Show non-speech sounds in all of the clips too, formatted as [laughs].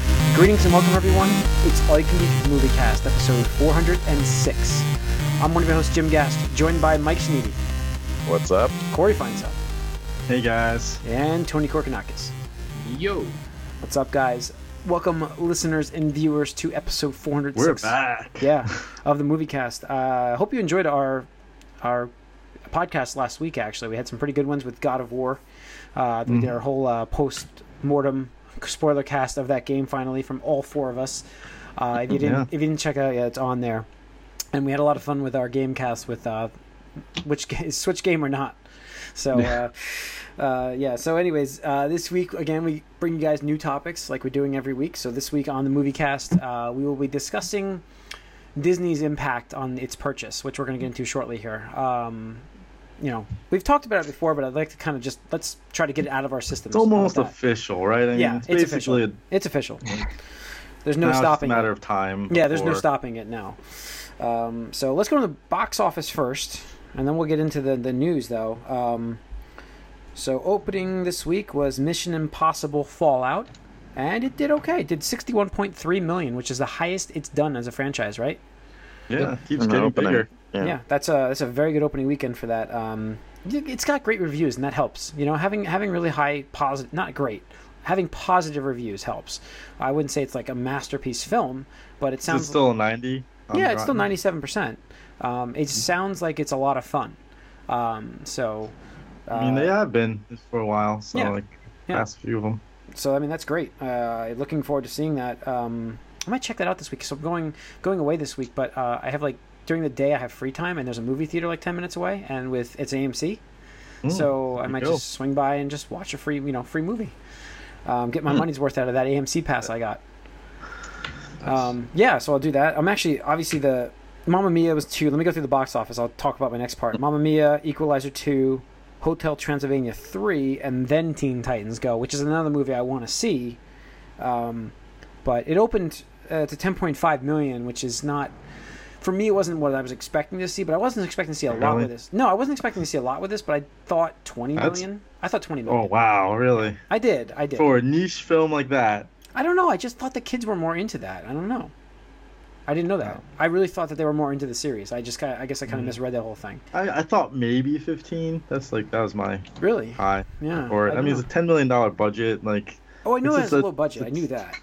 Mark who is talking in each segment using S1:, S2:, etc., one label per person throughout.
S1: and welcome everyone. It's All You Can Eat Movie Cast, episode 406. I'm one of your hosts, Jim Gast, joined by Mike Sneedy,
S2: What's up?
S1: Corey Feinsell,
S3: Hey guys.
S1: and Tony Korkanakis.
S4: Yo,
S1: What's up, guys? Welcome, listeners and viewers, to episode 406.
S3: We're back.
S1: yeah, of the movie cast. I uh, hope you enjoyed our our podcast last week. Actually, we had some pretty good ones with God of War. Uh, We did our whole uh, post mortem spoiler cast of that game finally from all four of us. Uh, if you didn't,
S3: Yeah.
S1: if you didn't check it out, yeah, it's on there. And we had a lot of fun with our game cast with uh, which ga- is Switch game or not.
S3: [laughs]
S1: So, uh, uh, yeah. So, anyways, uh, this week again we bring you guys new topics like we're doing every week. So this week on the movie cast, uh, we will be discussing Disney's impact on its purchase, which we're going to get into shortly here. Um, you know, we've talked about it before, but I'd like to kind of just let's try to get it out of our systems.
S3: It's almost
S1: How about that?
S3: official, right? I mean,
S1: yeah, it's,
S3: it's basically
S1: official. It's
S3: [laughs]
S1: official. There's
S3: A,
S1: no
S3: now it's just a
S1: stopping. it.
S3: matter of time.
S1: Yeah, there's no
S3: before-
S1: stopping it now. Um, so let's go to the box office first, and then we'll get into the, the news, though. Um, so opening this week was Mission Impossible Fallout, and it did okay. It did 61.3 million, which is the highest it's done as a franchise, right?
S3: Yeah, it keeps
S2: An
S3: getting
S2: opening.
S3: bigger.
S2: Yeah.
S1: that's a that's a very good opening weekend for that. Um, it- it's got great reviews, and that helps. You know, having having really high positive, not great, having positive reviews helps. I wouldn't say it's like a masterpiece film, but it
S3: Is it
S1: sounds
S3: still a 90?
S1: yeah, it's still ninety-seven percent. Um,
S3: Mm-hmm.
S1: it sounds like it's a lot of fun. Um, so, uh,
S3: I mean, they have been for a while, so
S1: Yeah.
S3: like
S1: Yeah.
S3: past few of them.
S1: so I mean that's great. Uh, looking forward to seeing that. Um, I might check that out this week. So I'm going going away this week, but uh, I have like during the day I have free time, and there's a movie theater like ten minutes away, and with it's AMC, so I
S3: Mm, you
S1: might
S3: go.
S1: just swing by and just watch a free you know free movie. Um, get my
S3: Mm.
S1: money's worth out of that AMC
S3: Uh,
S1: pass I got. Um, yeah, so I'll do that. I'm actually obviously the Mamma Mia was two. Let me go through the box office. I'll talk about my next part. Mamma Mia, Equalizer two, Hotel Transylvania three, and then Teen Titans Go, which is another movie I want to see. Um, but it opened uh, to 10.5 million, which is not for me. It wasn't what I was expecting to see, but I wasn't expecting to see a lot
S3: Really?
S1: with this. No, I wasn't expecting to see a lot with this, but I thought 20 million.
S3: That's-
S1: I thought 20 million.
S3: Oh wow, really?
S1: I did. I did.
S3: For a niche film like that,
S1: I don't know. I just thought the kids were more into that. I don't know. I didn't know that. I really thought that they were more into the series. I just, kinda, I guess, I kind of misread that whole thing.
S3: I, I thought maybe 15. That's like that was my
S1: Really?
S3: high
S1: Yeah.
S3: for it. Uh,
S1: Uh,
S3: I,
S1: don't
S3: mean,
S1: know.
S3: it's a 10 million dollar budget. Like,
S1: oh, I knew
S3: it's
S1: it
S3: just
S1: was a
S3: a-
S1: low budget. I knew that.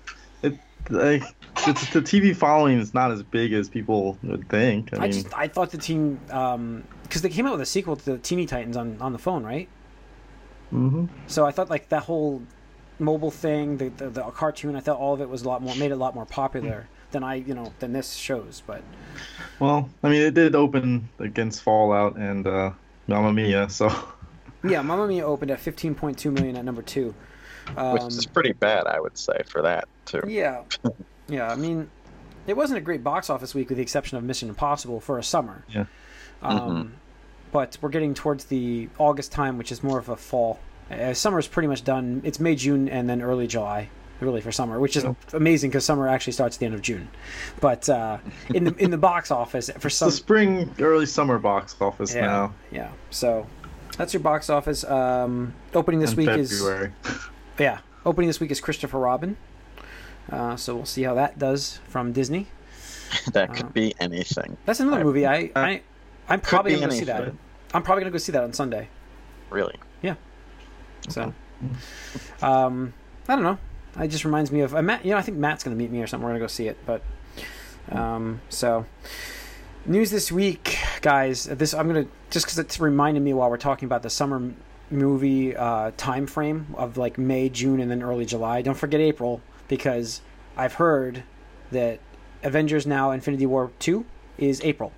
S3: it, like it's, the TV following is not as big as people would think. I,
S1: I,
S3: mean,
S1: just, I thought the team, because they came out with a sequel to the Teeny Titans on on the phone, right?
S3: mhm.
S1: So I thought like that whole mobile thing, the, the the cartoon, I thought all of it was a lot more made it a lot more popular than I, you know, than this shows. But
S3: Well, I mean, it did open against Fallout and uh, Mamma Mia, so [laughs]
S1: yeah, Mamma Mia opened at 15.2 million at number two. Um,
S2: Which is pretty bad, I would say, for that too.
S1: Yeah. Yeah, I mean, it wasn't a great box office week with the exception of Mission Impossible for a summer.
S3: Yeah. Mm-hmm.
S1: Um, But we're getting towards the August time, which is more of a fall. Uh, summer is pretty much done. It's May, June, and then early July, really for summer, which is amazing because summer actually starts at the end of June. But uh, in the in the box office for
S3: the
S1: some
S3: spring, early summer box office
S1: yeah,
S3: now.
S1: yeah. So that's your box office. Um, opening this
S3: in
S1: week is
S3: February.
S1: [laughs] yeah, opening this week is Christopher Robin. Uh, so we'll see how that does from Disney.
S2: [laughs] That
S1: uh,
S2: could be anything,
S1: That's another
S2: I-
S1: movie. I, I I'm probably
S2: be
S1: gonna go see
S2: anything.
S1: that. I'm probably gonna go see that on Sunday.
S2: really.
S1: So, um, I don't know. It just reminds me of uh, Matt. You know, I think Matt's gonna meet me or something. We're gonna go see it. But um, so news this week, guys. This I'm gonna just because it's reminding me while we're talking about the summer m- movie uh, time frame of like May, June, and then early July. Don't forget April because I've heard that Avengers Now: Infinity War Two is April,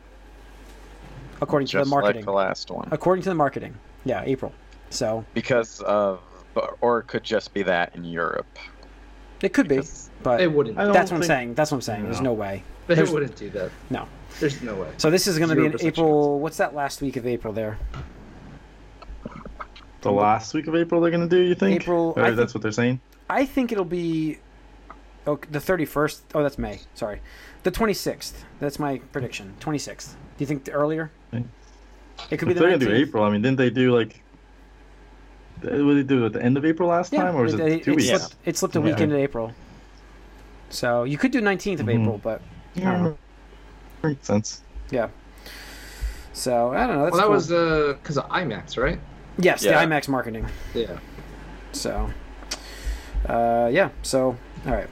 S1: according to
S2: Just
S1: the marketing.
S2: like the last one.
S1: According to the marketing, yeah, April. So
S2: Because of, or it could just be that in Europe.
S1: it could be,
S2: Because-
S1: but
S4: they wouldn't.
S3: I don't
S1: that's what I'm
S3: think-
S1: saying. That's what I'm saying. There's no way.
S4: They
S1: there's-
S4: wouldn't do that.
S1: No.
S4: There's no way.
S1: So this is going to be in
S4: 0%
S1: April. What's that last week of April there?
S3: The last week of April, they're gonna do. You think?
S1: April,
S3: Or
S1: I
S3: that's what they're saying.
S1: I think it'll be oh, the 31st. Oh, that's May. Sorry. The 26th. That's my prediction. 26th. Do you think the earlier?
S3: Okay.
S1: It could be
S3: If
S1: the
S3: they're gonna do
S1: 19th.
S3: April, I mean, didn't they do like? What did they do at the end of April last
S1: Yeah.
S3: time, or was it,
S1: they-
S3: two
S1: it
S3: weeks?
S1: Slipped, it slipped a week
S3: Yeah.
S1: into April. So you could do 19th of
S3: Mhm.
S1: April, but
S3: Yeah, Mm, makes sense.
S1: yeah. So I don't know. That's
S4: well, that
S1: cool.
S4: was because of IMAX, right?
S1: yes,
S2: Yeah.
S1: the IMAX marketing.
S4: Yeah.
S1: So uh, yeah. So all right.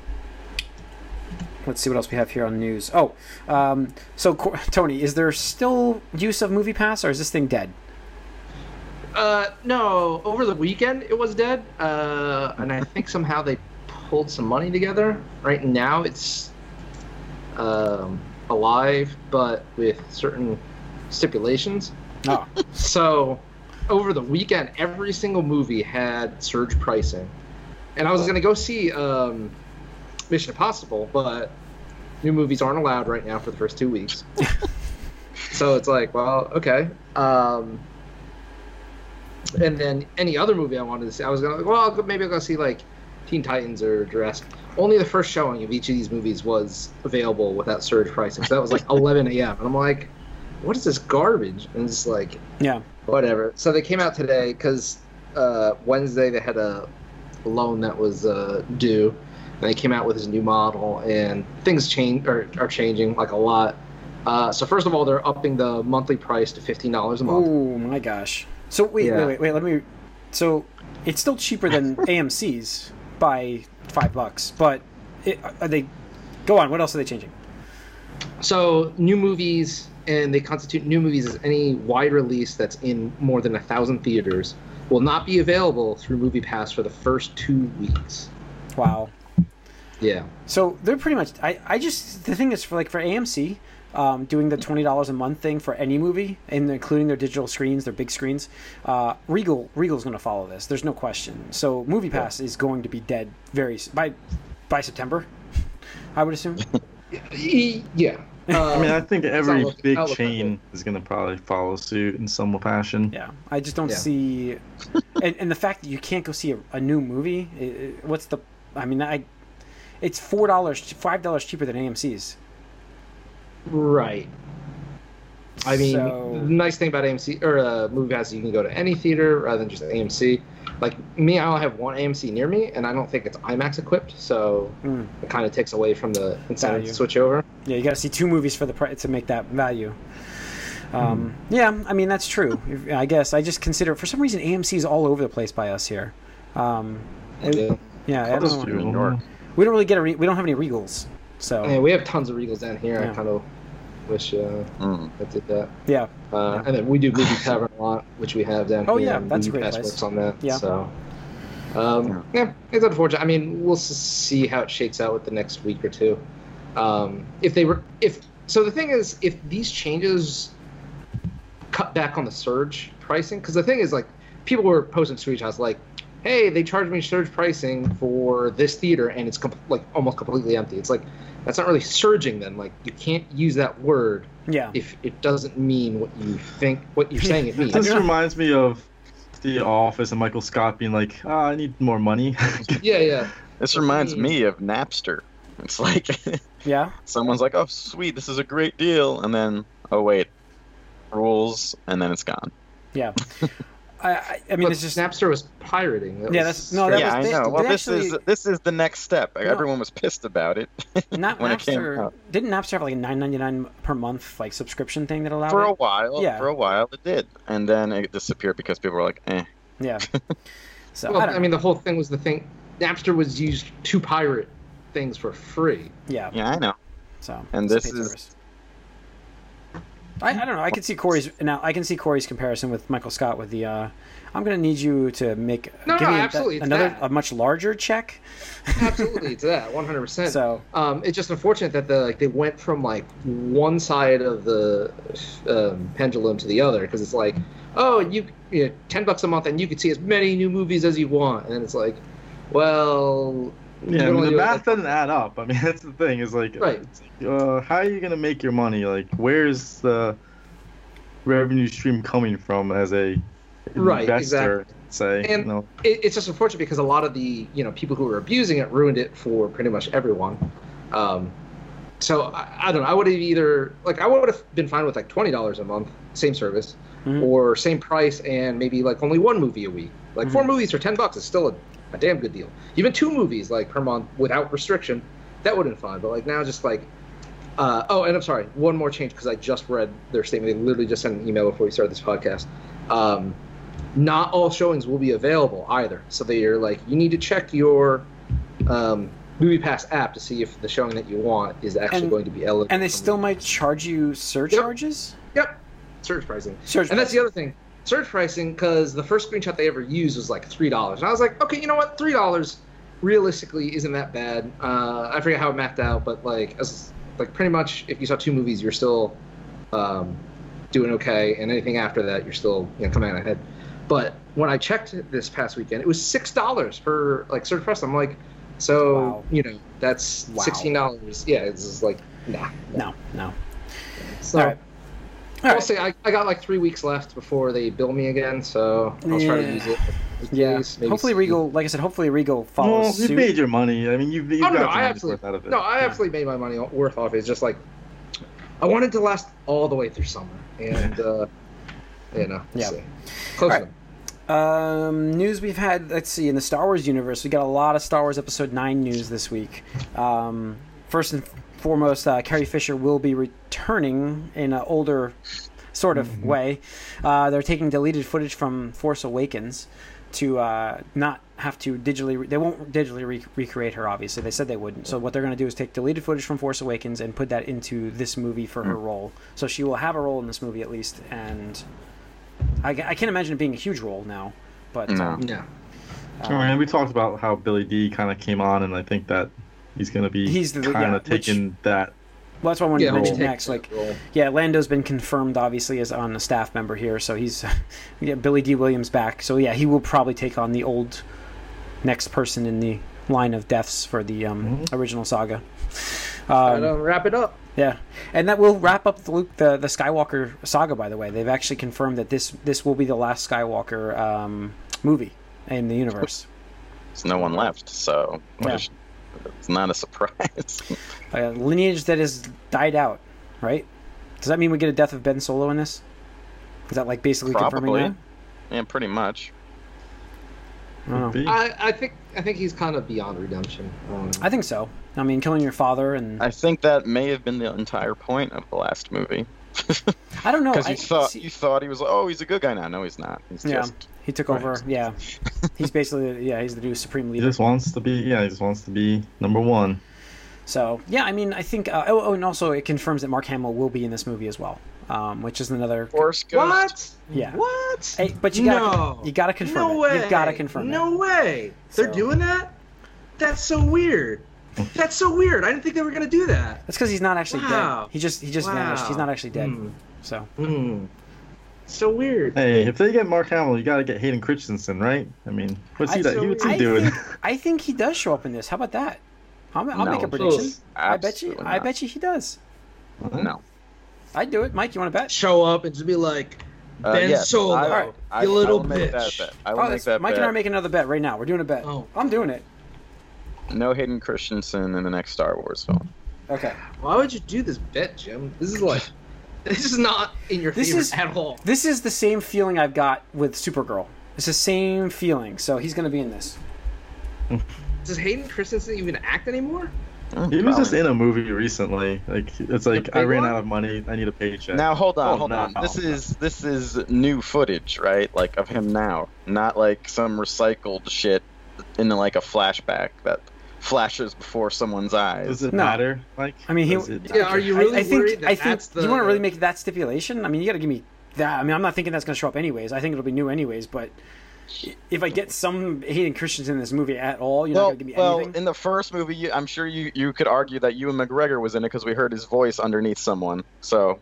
S1: Let's see what else we have here on news. Oh, um, so Cor- Tony, is there still use of Movie Pass, or is this thing dead?
S4: Uh, no, over the weekend it was dead, uh, and I think somehow they pulled some money together. Right now it's um, alive, but with certain stipulations.
S1: No.
S4: So, over the weekend, every single movie had surge pricing, and I was gonna go see um, Mission Impossible, but new movies aren't allowed right now for the first two weeks. so it's like, well, okay. Um, and then any other movie I wanted to see, I was gonna, well, I'll go, maybe I'll go see like Teen Titans or Jurassic. Only the first showing of each of these movies was available without surge pricing. So that was like 11 a.m. And I'm like, what is this garbage? And it's like,
S1: yeah.
S4: whatever. So they came out today because uh, Wednesday they had a loan that was uh, due, and they came out with this new model, and things change or are changing like a lot. Uh, so first of all, they're upping the monthly price to fifteen dollars a month.
S1: Oh my gosh. So wait,
S4: Yeah.
S1: wait, wait, wait. Let me. So it's still cheaper than AMC's by five bucks, but it, are they? Go on. What else are they changing?
S4: So new movies, and they constitute new movies as any wide release that's in more than a thousand theaters will not be available through Movie Pass for the first two weeks.
S1: Wow.
S4: Yeah.
S1: So they're pretty much. I, I just the thing is for like for AMC, um, doing the twenty dollars a month thing for any movie, and including their digital screens, their big screens. Uh, Regal Regal's going to follow this. There's no question. So Movie Pass is going to be dead very s- by by September. I would assume.
S4: E- Yeah.
S3: I mean, I
S4: Um,
S3: think every
S4: look-
S3: big
S4: I'll look
S3: chain is gonna probably follow suit in some fashion.
S1: Yeah, I just don't
S4: Yeah.
S1: see, and, and the fact that you can't go see a, a new movie. i i- what's the? I mean, I, it's four dollars, five dollars cheaper than AMC's.
S4: right. I mean,
S1: So-
S4: the nice thing about AMC or uh, Movie Pass, is you can go to any theater rather than just AMC. Like me, I only have one AMC near me, and I don't think it's IMAX equipped, so
S1: Mm.
S4: it kind of takes away from the incentive
S1: Value.
S4: to switch over.
S1: Yeah, you got to see two movies for the price to make that value. Um, Yeah, I mean that's true. If- I guess I just consider for some reason AMC's all over the place by us here. Um, it-
S4: Yeah.
S1: yeah, I
S3: That's
S1: don't-
S3: true.
S2: New York.
S1: we don't really get a re- we don't have any Regals, so
S4: Yeah, we have tons of Regals down here.
S1: Oh. Yeah.
S4: I kind of wish uh,
S2: Mm.
S4: I did that.
S1: yeah,
S4: Uh, And then we do [laughs] Movie Tavern a lot, which we have down
S1: Oh,
S4: here.
S1: yeah,
S4: and
S1: that's a
S4: Movie
S1: great
S4: Pass
S1: place.
S4: works on that.
S1: Yeah.
S4: So, um, yeah. it's unfortunate. I mean, we'll s- see how it shakes out with the next week or two. Um, if they were, if so, the thing is, if these changes cut back on the surge pricing, because the thing is, like, people were posting screenshots like, "Hey, they charged me surge pricing for this theater, and it's com- like almost completely empty." It's like that's not really surging. Then, like, you can't use that word
S1: yeah.
S4: if it doesn't mean what you think what you're
S1: [laughs]
S4: saying it means.
S1: That's-
S3: This reminds me of The Office and Michael Scott being like, ah, "I need more money." [laughs]
S4: yeah, yeah.
S2: This reminds me of Napster. It's like [laughs]
S1: yeah.
S2: someone's like, "Oh, sweet, this is a great deal," and then, "Oh wait, rules," and then it's gone.
S1: Yeah. I, I, I mean,
S4: But
S1: it's just [laughs]
S4: Napster was pirating. That
S1: Yeah,
S4: was
S1: that's- no, that
S4: strange.
S1: was-
S2: yeah, I
S1: they-
S2: know. Well,
S1: they
S2: this is
S1: actually-
S2: this is the next step. Everyone was pissed about it [laughs]
S1: Not
S2: when it came
S1: Napster.
S2: out.
S1: Didn't Napster have like a nine ninety nine per month like subscription thing that allowed
S2: for
S1: it?
S2: a while.
S1: uh, Yeah.
S2: For a while, it did, and then it disappeared because people were like, "Eh."
S1: Yeah. So
S4: well,
S1: I
S4: I,
S1: don't.
S4: mean, the whole thing was the thing. Napster was used to pirate things
S1: [laughs]
S4: for free.
S1: yeah.
S2: Yeah, I know.
S1: So. it's
S2: And
S1: a
S2: this
S1: paid
S2: is-
S1: service. I, I don't know. I can see Corey's now. I can see Corey's comparison with Michael Scott with the. Uh, I'm gonna need you to make
S4: No,
S1: give
S4: no,
S1: me a-
S4: absolutely, it's
S1: another
S4: that.
S1: a much larger check.
S4: Absolutely, it's that 100. percent
S1: So
S4: um, it's just unfortunate that the like they went from like one side of the um, pendulum to the other because it's like, oh, you, you know, ten bucks a month and you could see as many new movies as you want, and it's like, well, you
S3: yeah, I
S4: can
S3: mean,
S4: only
S3: the
S4: do it at
S3: math doesn't add up. I mean, [laughs] that's the thing. Is like,
S4: Right.
S3: it's like, uh, how are you gonna make your money? Like, where's the revenue stream coming from as a
S4: Right,
S3: investor? Say, you
S4: And-
S3: know,
S4: it, it's just unfortunate because a lot of the you know people who were abusing it ruined it for pretty much everyone. Um, so I, I don't know. I would have either like I would have been fine with like twenty dollars a month, same service,
S1: Mhm.
S4: or same price and maybe like only one movie a week. Like four movies for ten bucks is still a, a damn good deal. Even two movies like per month without restriction That would have been fine, but like now, just like, uh, oh, and I'm sorry, one more change because I just read their statement. They literally just sent an email before we started this podcast. Um, not all showings will be available either, so they are like, you need to check your um, Movie Pass app to see if the showing that you want is actually
S1: And-
S4: going to be eligible.
S1: And they
S4: for
S1: still might charge you surcharges.
S4: Yep. Surge pricing.
S1: Surge
S4: and that's the other thing. Surge pricing, because the first screenshot they ever used was like three dollars, and I was like, okay, you know what, three dollars realistically isn't that bad. Uh, I forget how it mapped out, but like, as like pretty much, if you saw two movies, you're still um, doing okay, and anything after that, you're still you know, coming out ahead. But when I checked this past weekend, it was six dollars per like surge price. I'm like, so
S1: Wow.
S4: you know, that's
S1: Wow.
S4: sixteen dollars. Yeah, it's just like nah.
S1: No, no.
S4: So,
S1: All right. All
S4: I'll
S1: right.
S4: say I, I got like three weeks left before they bill me again, so I'll try to use it.
S1: Yeah.
S4: Please, maybe
S1: hopefully
S4: see-
S1: Regal, like I said, hopefully Regal
S3: Well,
S1: follows
S3: you
S1: suit.
S3: paid your money. I mean, you've, you've
S4: Oh,
S3: got
S4: no, no,
S3: your
S4: I
S3: money's
S4: absolutely,
S3: worth out of it.
S4: no, I absolutely made my money worth off. it. It's just like I wanted to last all the way through summer, and uh, you know, we'll
S1: Yeah.
S4: see. close
S1: All right.
S4: enough.
S1: Um, news we've had, let's see, in the Star Wars universe, we got a lot of Star Wars Episode 9 news this week. Um, first and foremost, uh, Carrie Fisher will be returning in an older sort of
S4: Mm-hmm.
S1: way. Uh, they're taking deleted footage from Force Awakens to uh, not have to digitally, re- they won't digitally re- recreate her, obviously. They said they wouldn't. So, what they're going to do is take deleted footage from Force Awakens and put that into this movie for
S4: Mm.
S1: her role. So, she will have a role in this movie at least, and I, ca- I can't imagine it being a huge role now, but
S2: No.
S1: um,
S4: Yeah.
S3: All right, and we talked about how Billy D kind of came on, and I think that he's going to be
S1: He's the-
S3: kind of
S1: yeah, which-
S3: taking that.
S1: well, that's what I wanted
S4: Yeah,
S1: to
S4: we'll
S1: mention
S4: take
S1: next.
S4: that
S1: Like,
S4: role.
S1: yeah, Lando's been confirmed, obviously, as on a staff member here, so he's [laughs] yeah, Billy D. Williams back. So yeah, he will probably take on the old next person in the line of deaths for the um, original saga.
S4: All right,
S1: Um,
S4: um, wrap it up.
S1: yeah, and that will wrap up the Luke the, the Skywalker saga. By the way, they've actually confirmed that this this will be the last Skywalker um, movie in the universe.
S2: There's no one left, so
S1: Yeah.
S2: it's not a [laughs] surprise.
S1: a lineage that has died out, right? Does that mean we get a death of Ben Solo in this? Is that like basically
S2: Probably.
S1: confirming
S2: yeah, pretty much.
S1: Mm-hmm. that? I, don't know.
S3: Be.
S4: I, I think I think he's kind of beyond redemption. Um,
S1: I think so. I mean, killing your father and I,
S2: I think that may have been the entire point of the last movie. [laughs]
S1: don't know.
S2: Because
S1: Oh, I-
S2: you thought
S1: see-
S2: you thought he was like, oh, he's a good guy now. No, he's not. He's
S1: Yeah.
S2: just
S1: he took
S3: Right.
S1: over. Yeah,
S2: [laughs]
S1: he's basically yeah he's the new supreme
S3: He
S1: leader.
S3: just wants to be, yeah, he just wants to be number one.
S1: So yeah, I mean, I think. Uh, oh, oh, and also it confirms that Mark Hamill will be in this movie as well, um, which is another.
S2: Force Ghost.
S4: what?
S1: Yeah.
S4: What?
S1: Hey, but you gotta
S4: No.
S1: you gotta confirm
S4: no
S1: it.
S4: way.
S1: You've gotta confirm it.
S4: No way. They're
S1: So-
S4: doing that? That's so weird. That's so weird. I didn't think they were going to do that.
S1: That's because he's not actually
S4: Wow.
S1: dead. He just he just vanished. He's
S4: Wow.
S1: not actually dead.
S4: Hmm.
S1: So
S4: Hmm. So weird.
S3: Hey, if they get Mark Hamill, you got to get Hayden Christensen, right? I mean, what's he,
S1: I-
S3: that,
S4: so
S3: what's
S1: I
S3: he doing?
S1: Think,
S3: [laughs]
S1: I think he does show up in this. How about that? I'll, I'll make a
S2: No.
S1: prediction. I bet you.
S2: Absolutely
S1: I
S2: not.
S1: bet you he does.
S2: No.
S1: I'd do it, Mike. You want to bet?
S4: Show up and just be like,
S2: Uh,
S4: Ben
S2: yes,
S4: Solo,
S2: I-
S1: Alright.
S2: I-
S4: you little
S2: I will make that
S4: bitch.
S2: bet. I will
S1: Oh,
S2: make
S1: that's,
S2: that
S1: Mike
S2: bet.
S1: and I are making another bet right now. We're doing a bet.
S4: Oh.
S1: I'm doing it.
S2: No Hayden Christensen in the next Star Wars film.
S1: Okay.
S4: why would you do this bet, Jim? This is like, [laughs] this is not in your
S1: This
S4: favor
S1: is-
S4: at all.
S1: This is the same feeling I've got with Supergirl. It's the same feeling. So he's going to be in this.
S4: Does Hayden Christensen even act anymore?
S2: Mm,
S3: He was just
S2: probably.
S3: in a movie recently. Like, it's like,
S4: big
S3: I ran
S4: one?
S3: out of money. I need a paycheck.
S2: Now hold on,
S3: Oh,
S2: hold
S3: no,
S2: on.
S3: no.
S2: This is this is new footage, right? Like of him now, not like some recycled shit in like a flashback that flashes before someone's eyes.
S3: Does it
S1: No.
S3: matter? Like,
S1: I mean, he-
S3: does it-
S4: Yeah, are you
S1: I-
S4: really
S1: I, think.
S4: worried that
S1: I think.
S4: that's the-
S1: You want to really make that stipulation? I mean, you got to give me that. I mean, I'm not thinking that's going to show up anyways. I think it'll be new anyways. But if I get some Hayden Christensen in this movie at all, you're not
S2: Well,
S1: going to give me
S2: well,
S1: anything.
S2: in the first movie, you, I'm sure you, you could argue that Ewan McGregor was in it because we heard his voice underneath someone. So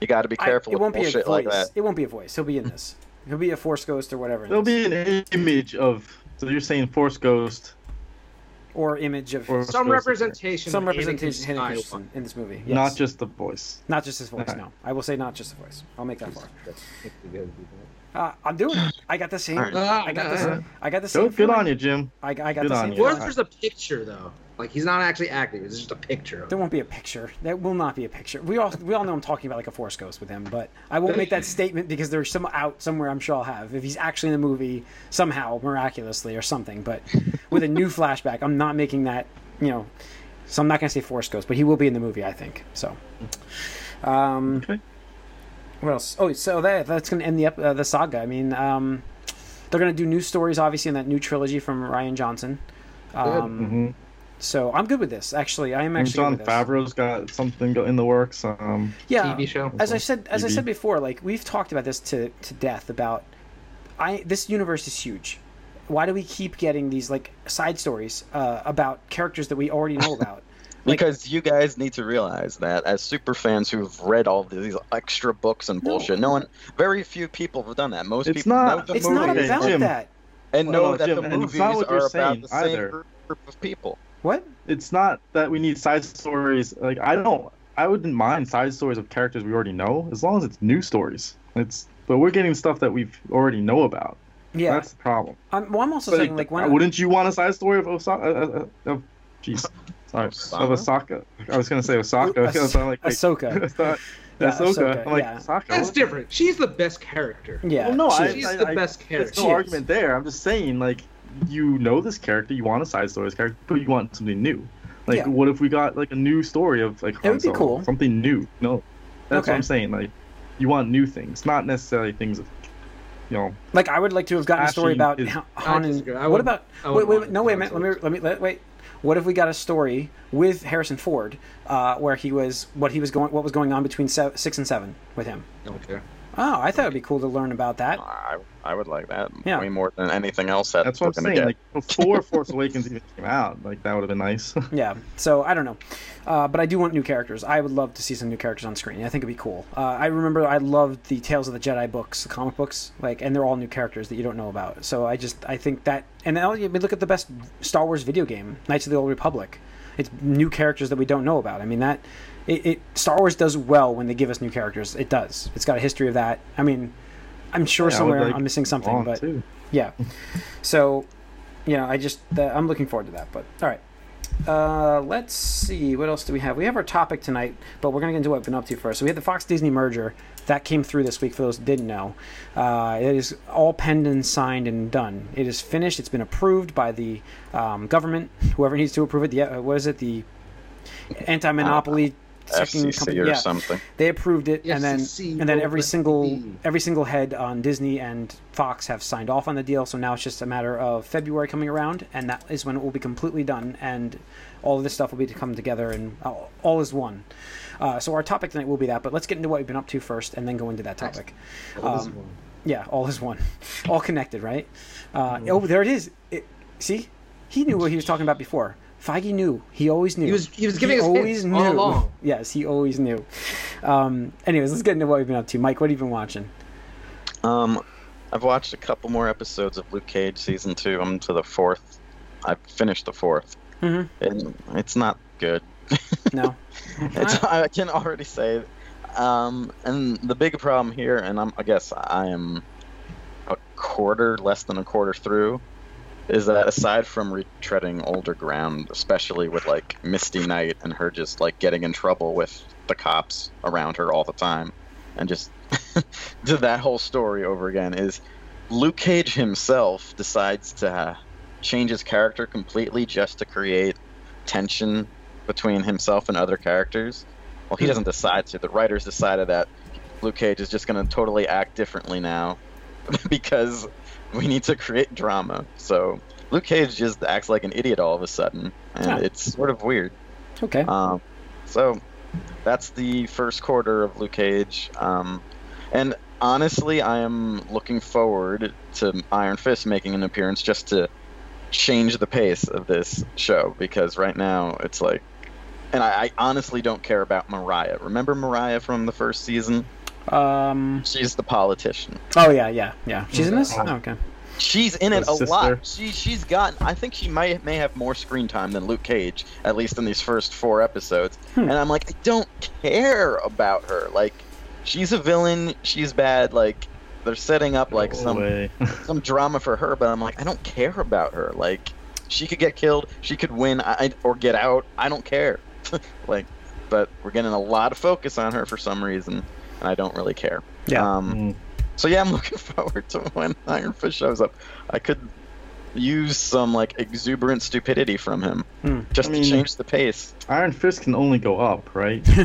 S2: you got to be
S1: I-
S2: careful
S1: it won't
S2: with
S1: be a
S2: bullshit
S1: voice.
S2: like that.
S1: It won't be a voice. He'll be in this. He'll be a Force Ghost or whatever. in
S3: There'll
S1: this.
S3: be an image of. So you're saying Force Ghost
S1: or image of
S3: or
S4: Some representation.
S1: some
S4: of Hayden
S1: representation of Hayden
S4: Christensen.
S1: Christensen in this movie. Yes.
S3: not just the voice.
S1: not just his voice.
S3: Alright.
S1: No, I will say not just the voice. I'll make that far.
S4: That's-
S1: Uh, I'm doing it. I got the same.
S2: Alright.
S1: I got the same. I got the same.
S3: Good, good
S1: feeling.
S3: on you, Jim.
S1: I, I got
S3: Good
S1: the
S3: on
S1: same.
S3: you.
S1: feeling.
S4: What if there's a picture though? Like he's not actually acting. It's just a picture.
S1: There won't be a picture. There will not be a picture. We all we all know I'm talking about like a force ghost with him, but I won't make that statement because there's some out somewhere I'm sure I'll have if he's actually in the movie
S3: [laughs]
S1: somehow miraculously or something. But with a new flashback, I'm not making that you know So I'm not going to say Forrest Ghost, but he will be in the movie, I think. So, um,
S3: Okay.
S1: what else? Oh, so that that's going to end the ep- uh, the saga. I mean, um, they're going to do new stories, obviously, in that new trilogy from Ryan Johnson. Um,
S3: hmm
S1: So I'm good with this. Actually, I am
S3: And
S1: actually
S3: John
S1: good with this.
S3: Favreau's got something go- in the works. Um,
S1: Yeah,
S4: TV show.
S1: as I said, as I
S3: TV.
S1: said before, like we've talked about this to to death about I this universe is huge. Why do we keep getting these like side stories uh, about characters that we already
S3: [laughs]
S1: know about? Like-
S2: Because you guys need to realize that as super fans who've read all these extra books and bullshit, no one, very few people have done that. Most
S3: It's
S2: people
S3: not-
S2: know the
S1: it's
S2: movies
S1: not
S3: movie-
S1: about
S3: Jim.
S1: that.
S2: and know
S3: Well,
S2: that
S3: Jim,
S2: the
S3: and it's
S2: movies
S3: not
S2: are
S3: what you're
S2: about
S3: saying
S2: the same
S3: either.
S2: group of people.
S1: What?
S3: it's not that we need side stories. Like I don't, I wouldn't mind side stories of characters we already know, as long as it's new stories. It's but we're getting stuff that we've already know about.
S1: Yeah.
S3: That's the problem.
S1: I'm, well, I'm also
S3: But
S1: saying like when
S3: wouldn't you want a side story of Osaka? Uh, uh, of jeez, sorry, of
S2: Osaka?
S3: Osaka. I was gonna say Osaka. [laughs] I was like, wait, [laughs]
S1: Ahsoka.
S3: it's not-
S1: Yeah,
S3: Ahsoka.
S1: Ahsoka,
S3: I'm like
S1: yeah.
S3: Osaka.
S4: That's different. She's the best character.
S1: Yeah.
S3: Well, no,
S1: she
S3: I-
S1: is.
S4: She's the best
S3: There's
S4: character.
S3: no
S1: Cheers.
S3: argument there. I'm just saying, like, you know this character, you want a side story, of this character, but you want something new. Like,
S1: Yeah.
S3: what if we got like a new story of like
S1: That
S3: Han
S1: would be
S3: Solo?
S1: cool.
S3: something new? No, that's
S1: Okay.
S3: what I'm saying. Like, you want new things, not necessarily things. Of, you know,
S1: Like I would like to have gotten a story
S3: Ashley
S1: about
S3: is-
S1: Han. And,
S4: disagree. I
S1: what
S4: wouldn't-
S1: about?
S4: I
S1: Wait,
S4: wouldn't
S1: wait,
S4: want
S1: no,
S4: it.
S1: wait a minute. Let me, let me, let, wait. What if we got a story with Harrison Ford, uh, where he was, what he was going, what was going on between se- six and seven with him?
S4: Okay.
S1: Oh, I thought it'd be cool to learn about that.
S2: I, I would like that
S1: Yeah.
S2: way more than anything else that
S3: that's
S2: we're
S3: what I'm
S2: gonna
S3: saying.
S2: get.
S3: Like, before Force Awakens even came out, like that would have been nice. [laughs]
S1: Yeah. So I don't know, uh, but I do want new characters. I would love to see some new characters on screen. I think it'd be cool. Uh, I remember I loved the Tales of the Jedi books, the comic books, like, and they're all new characters that you don't know about. So I just I think that, and now, I mean, look at the best Star Wars video game, Knights of the Old Republic. It's new characters that we don't know about. I mean that it, it Star Wars does well when they give us new characters. It does. It's got a history of that. I mean, I'm sure
S3: Yeah, I would
S1: somewhere
S3: like
S1: I'm missing something,
S3: Long,
S1: but
S3: too.
S1: yeah. So, you know, I just that, I'm looking forward to that. But all right, uh, let's see what else do we have. We have our topic tonight, but we're gonna get into what I've been up to first. So we had the Fox Disney merger that came through this week. For those who didn't know, uh, it is all penned and signed and done. It is finished. It's been approved by the um, government, whoever needs to approve it. The uh, what is it? The anti-monopoly. checking
S2: FCC
S1: company-
S2: or
S1: yeah
S2: something.
S1: they approved it
S4: Yes,
S1: and then
S4: see,
S1: and then
S4: well,
S1: every
S4: let
S1: single
S4: me-
S1: every single head on Disney and Fox have signed off on the deal so now it's just a matter of February coming around and that is when it will be completely done and all of this stuff will be to come together and all, all is one uh, so our topic tonight will be that but let's get into what we've been up to first and then go into that topic
S4: That was
S1: Um,
S4: one.
S1: yeah all is one [laughs] all connected right uh,
S4: Mm-hmm.
S1: oh there it is it, see he knew what he was talking about before Feige knew. He always knew.
S4: He was- he was giving us
S1: always
S4: hints all
S1: knew.
S4: along.
S1: [laughs] Yes, he always knew. Um, anyways, let's get into what we've been up to. Mike, what have you been watching?
S2: Um, I've watched a couple more episodes of Luke Cage season two. I'm to the fourth. I've finished the fourth,
S1: Mhm.
S3: Mm-hmm.
S2: and it's not good. [laughs]
S1: No.
S2: It's, I can already say. Um, and the big problem here, and I'm, I guess I am a quarter, less than a quarter through, is that aside from retreading older ground, especially with like Misty Knight and her just like getting in trouble with the cops around her all the time, and just [laughs] do that whole story over again, is Luke Cage himself decides to uh, change his character completely just to create tension between himself and other characters. Well, he doesn't decide to. The writers decided that Luke Cage is just going to totally act differently now [laughs] because we need to create drama. So Luke Cage just acts like an idiot all of a sudden, and
S1: Huh.
S2: it's sort of weird.
S1: Okay.
S2: Um, so that's the first quarter of Luke Cage. Um, and honestly, I am looking forward to Iron Fist making an appearance just to change the pace of this show because right now it's like. And I, I honestly don't care about Mariah. Remember Mariah from the first season?
S1: Um,
S2: She's the politician.
S1: oh yeah, yeah, yeah. She's in
S2: Uh,
S1: this. Oh, okay.
S2: She's in it
S3: The
S2: a lot. She
S3: sister.
S2: she's gotten. I think she might may have more screen time than Luke Cage, at least in these first four episodes.
S1: Hmm.
S2: And I'm like, I don't care about her. Like, she's a villain. She's bad. Like, they're setting up like
S3: No
S1: [laughs]
S2: some
S3: way.
S2: some drama for her, but I'm like, I don't care about her. Like, she could get killed, she could win, I, I- or get out. I don't care. [laughs] like, but we're getting a lot of focus on her for some reason, and I don't really care.
S1: Yeah.
S2: Um,
S3: Mm.
S2: [laughs] so yeah, I'm looking forward to when Iron Fist shows up. I could use some like exuberant stupidity from him
S1: Hmm.
S2: just
S3: I mean-
S2: to change the pace.
S3: Iron Fist can only go up, right?
S1: [laughs]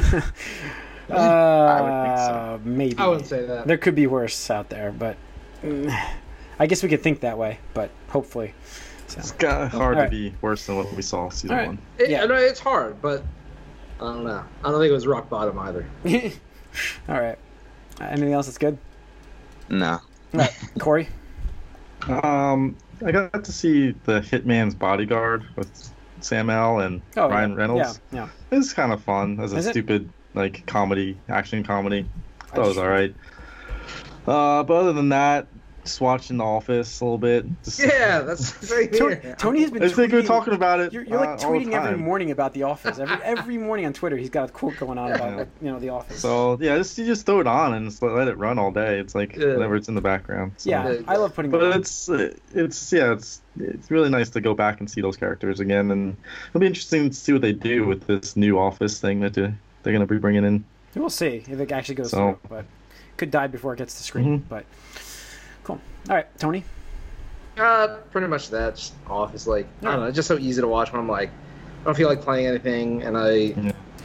S1: Uh,
S2: think so.
S1: Maybe.
S4: I wouldn't say that.
S1: There could be worse out there, but mm, I guess we could think that way. But hopefully,
S3: It's got hard
S1: Alright.
S3: to be worse than what we saw season
S1: Alright.
S3: one.
S4: It,
S1: Yeah.
S4: I know it's hard, but I don't know. I don't think it was rock
S1: [laughs]
S4: bottom either.
S1: all right. Uh, anything else that's good?
S2: No.
S1: All right, [laughs] Corey.
S3: Um, I got to see the Hitman's Bodyguard with Sam L and
S1: Oh,
S3: Ryan
S1: yeah.
S3: Reynolds.
S1: Yeah,
S3: It's kind of fun as a
S1: Is it?
S3: stupid like comedy, action comedy. That was
S1: just-
S3: all right. Uh, but other than that, just watching The Office a little bit. Just,
S4: Yeah, that's [laughs] right
S1: yeah. Tony,
S4: here.
S1: Tony has been.
S3: I think we
S1: tweeting-
S3: were talking about it.
S1: You're, you're like
S3: uh, all the
S1: tweeting every
S3: time.
S1: morning about The Office.
S3: [laughs]
S1: Every every morning on Twitter, he's got a quote going on about
S3: Yeah.
S1: like, you know The Office.
S3: So yeah, just you just throw it on and just let, let it run all day. It's like
S4: Yeah.
S3: whenever it's in the background. So.
S1: yeah,
S4: Yeah.
S1: I love putting. it
S3: But
S1: on.
S3: it's uh, it's yeah it's it's really nice to go back and see those characters again, and it'll be interesting to see what they do with this new office thing that they- they're gonna be bringing in.
S1: We'll see if it actually goes
S3: So- Mm-hmm.
S1: through, but could die before it gets to screen. But cool. All right, Tony.
S4: Uh, pretty much that. Just off is like I don't know. It's just so easy to watch when I'm like I don't feel like playing anything, and I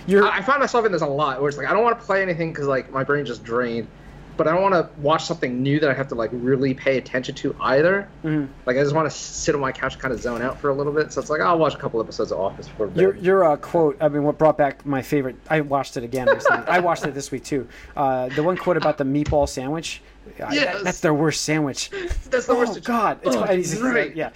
S1: You're
S4: I I find myself in this a lot where it's like I don't want to play anything because like my brain just drained, but I don't want to watch something new that I have to like really pay attention to either.
S1: Mhm.
S4: Like I just want to sit on my couch, and kind of zone out for a little bit. So it's like I'll watch a couple episodes of Office before bed.
S1: Your, your uh, quote, I mean, what brought back my favorite, I watched it again recently. I watched it this week too. Uh, the one quote about the meatball sandwich. I-
S4: Yes.
S1: that's their worst sandwich.
S4: [laughs] That's the worst.
S1: Oh, God. It's,
S4: Oh,
S1: and he's- he's like-
S4: right.
S1: Yeah.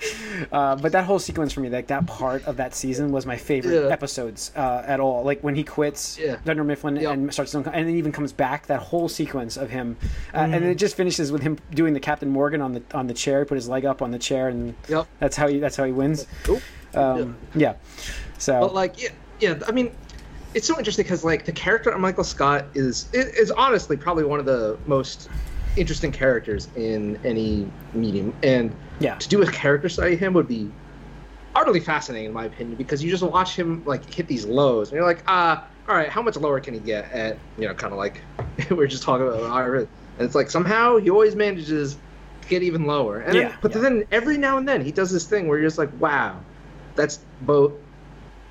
S1: Uh, but that whole sequence for me, like that part of that season was my favorite
S4: Yeah.
S1: episodes uh, at all. Like when he quits
S4: Yeah.
S1: Dunder Mifflin
S4: Yep.
S1: and starts, his own co- and then even comes back, that whole sequence of him. Uh,
S4: Mm-hmm.
S1: And it just finishes with him doing the Captain Morgan on the on the chair. He put his leg up on the chair, and
S4: Yep.
S1: that's how he, that's how he wins.
S4: Oop.
S1: Um, yeah. So.
S4: But like, yeah, yeah. I mean, it's so interesting because like the character of Michael Scott is i- is honestly probably one of the most interesting characters in any medium, and
S1: Yeah.
S4: to do a character study of him would be utterly fascinating in my opinion because you just watch him like hit these lows and you're like, ah, all right, how much lower can he get at you know kind of like [laughs] we were just talking about Iris, and it's like somehow he always manages to get even lower, and
S1: Yeah,
S4: then, but
S1: yeah.
S4: then every now and then he does this thing where you're just like, wow, that's both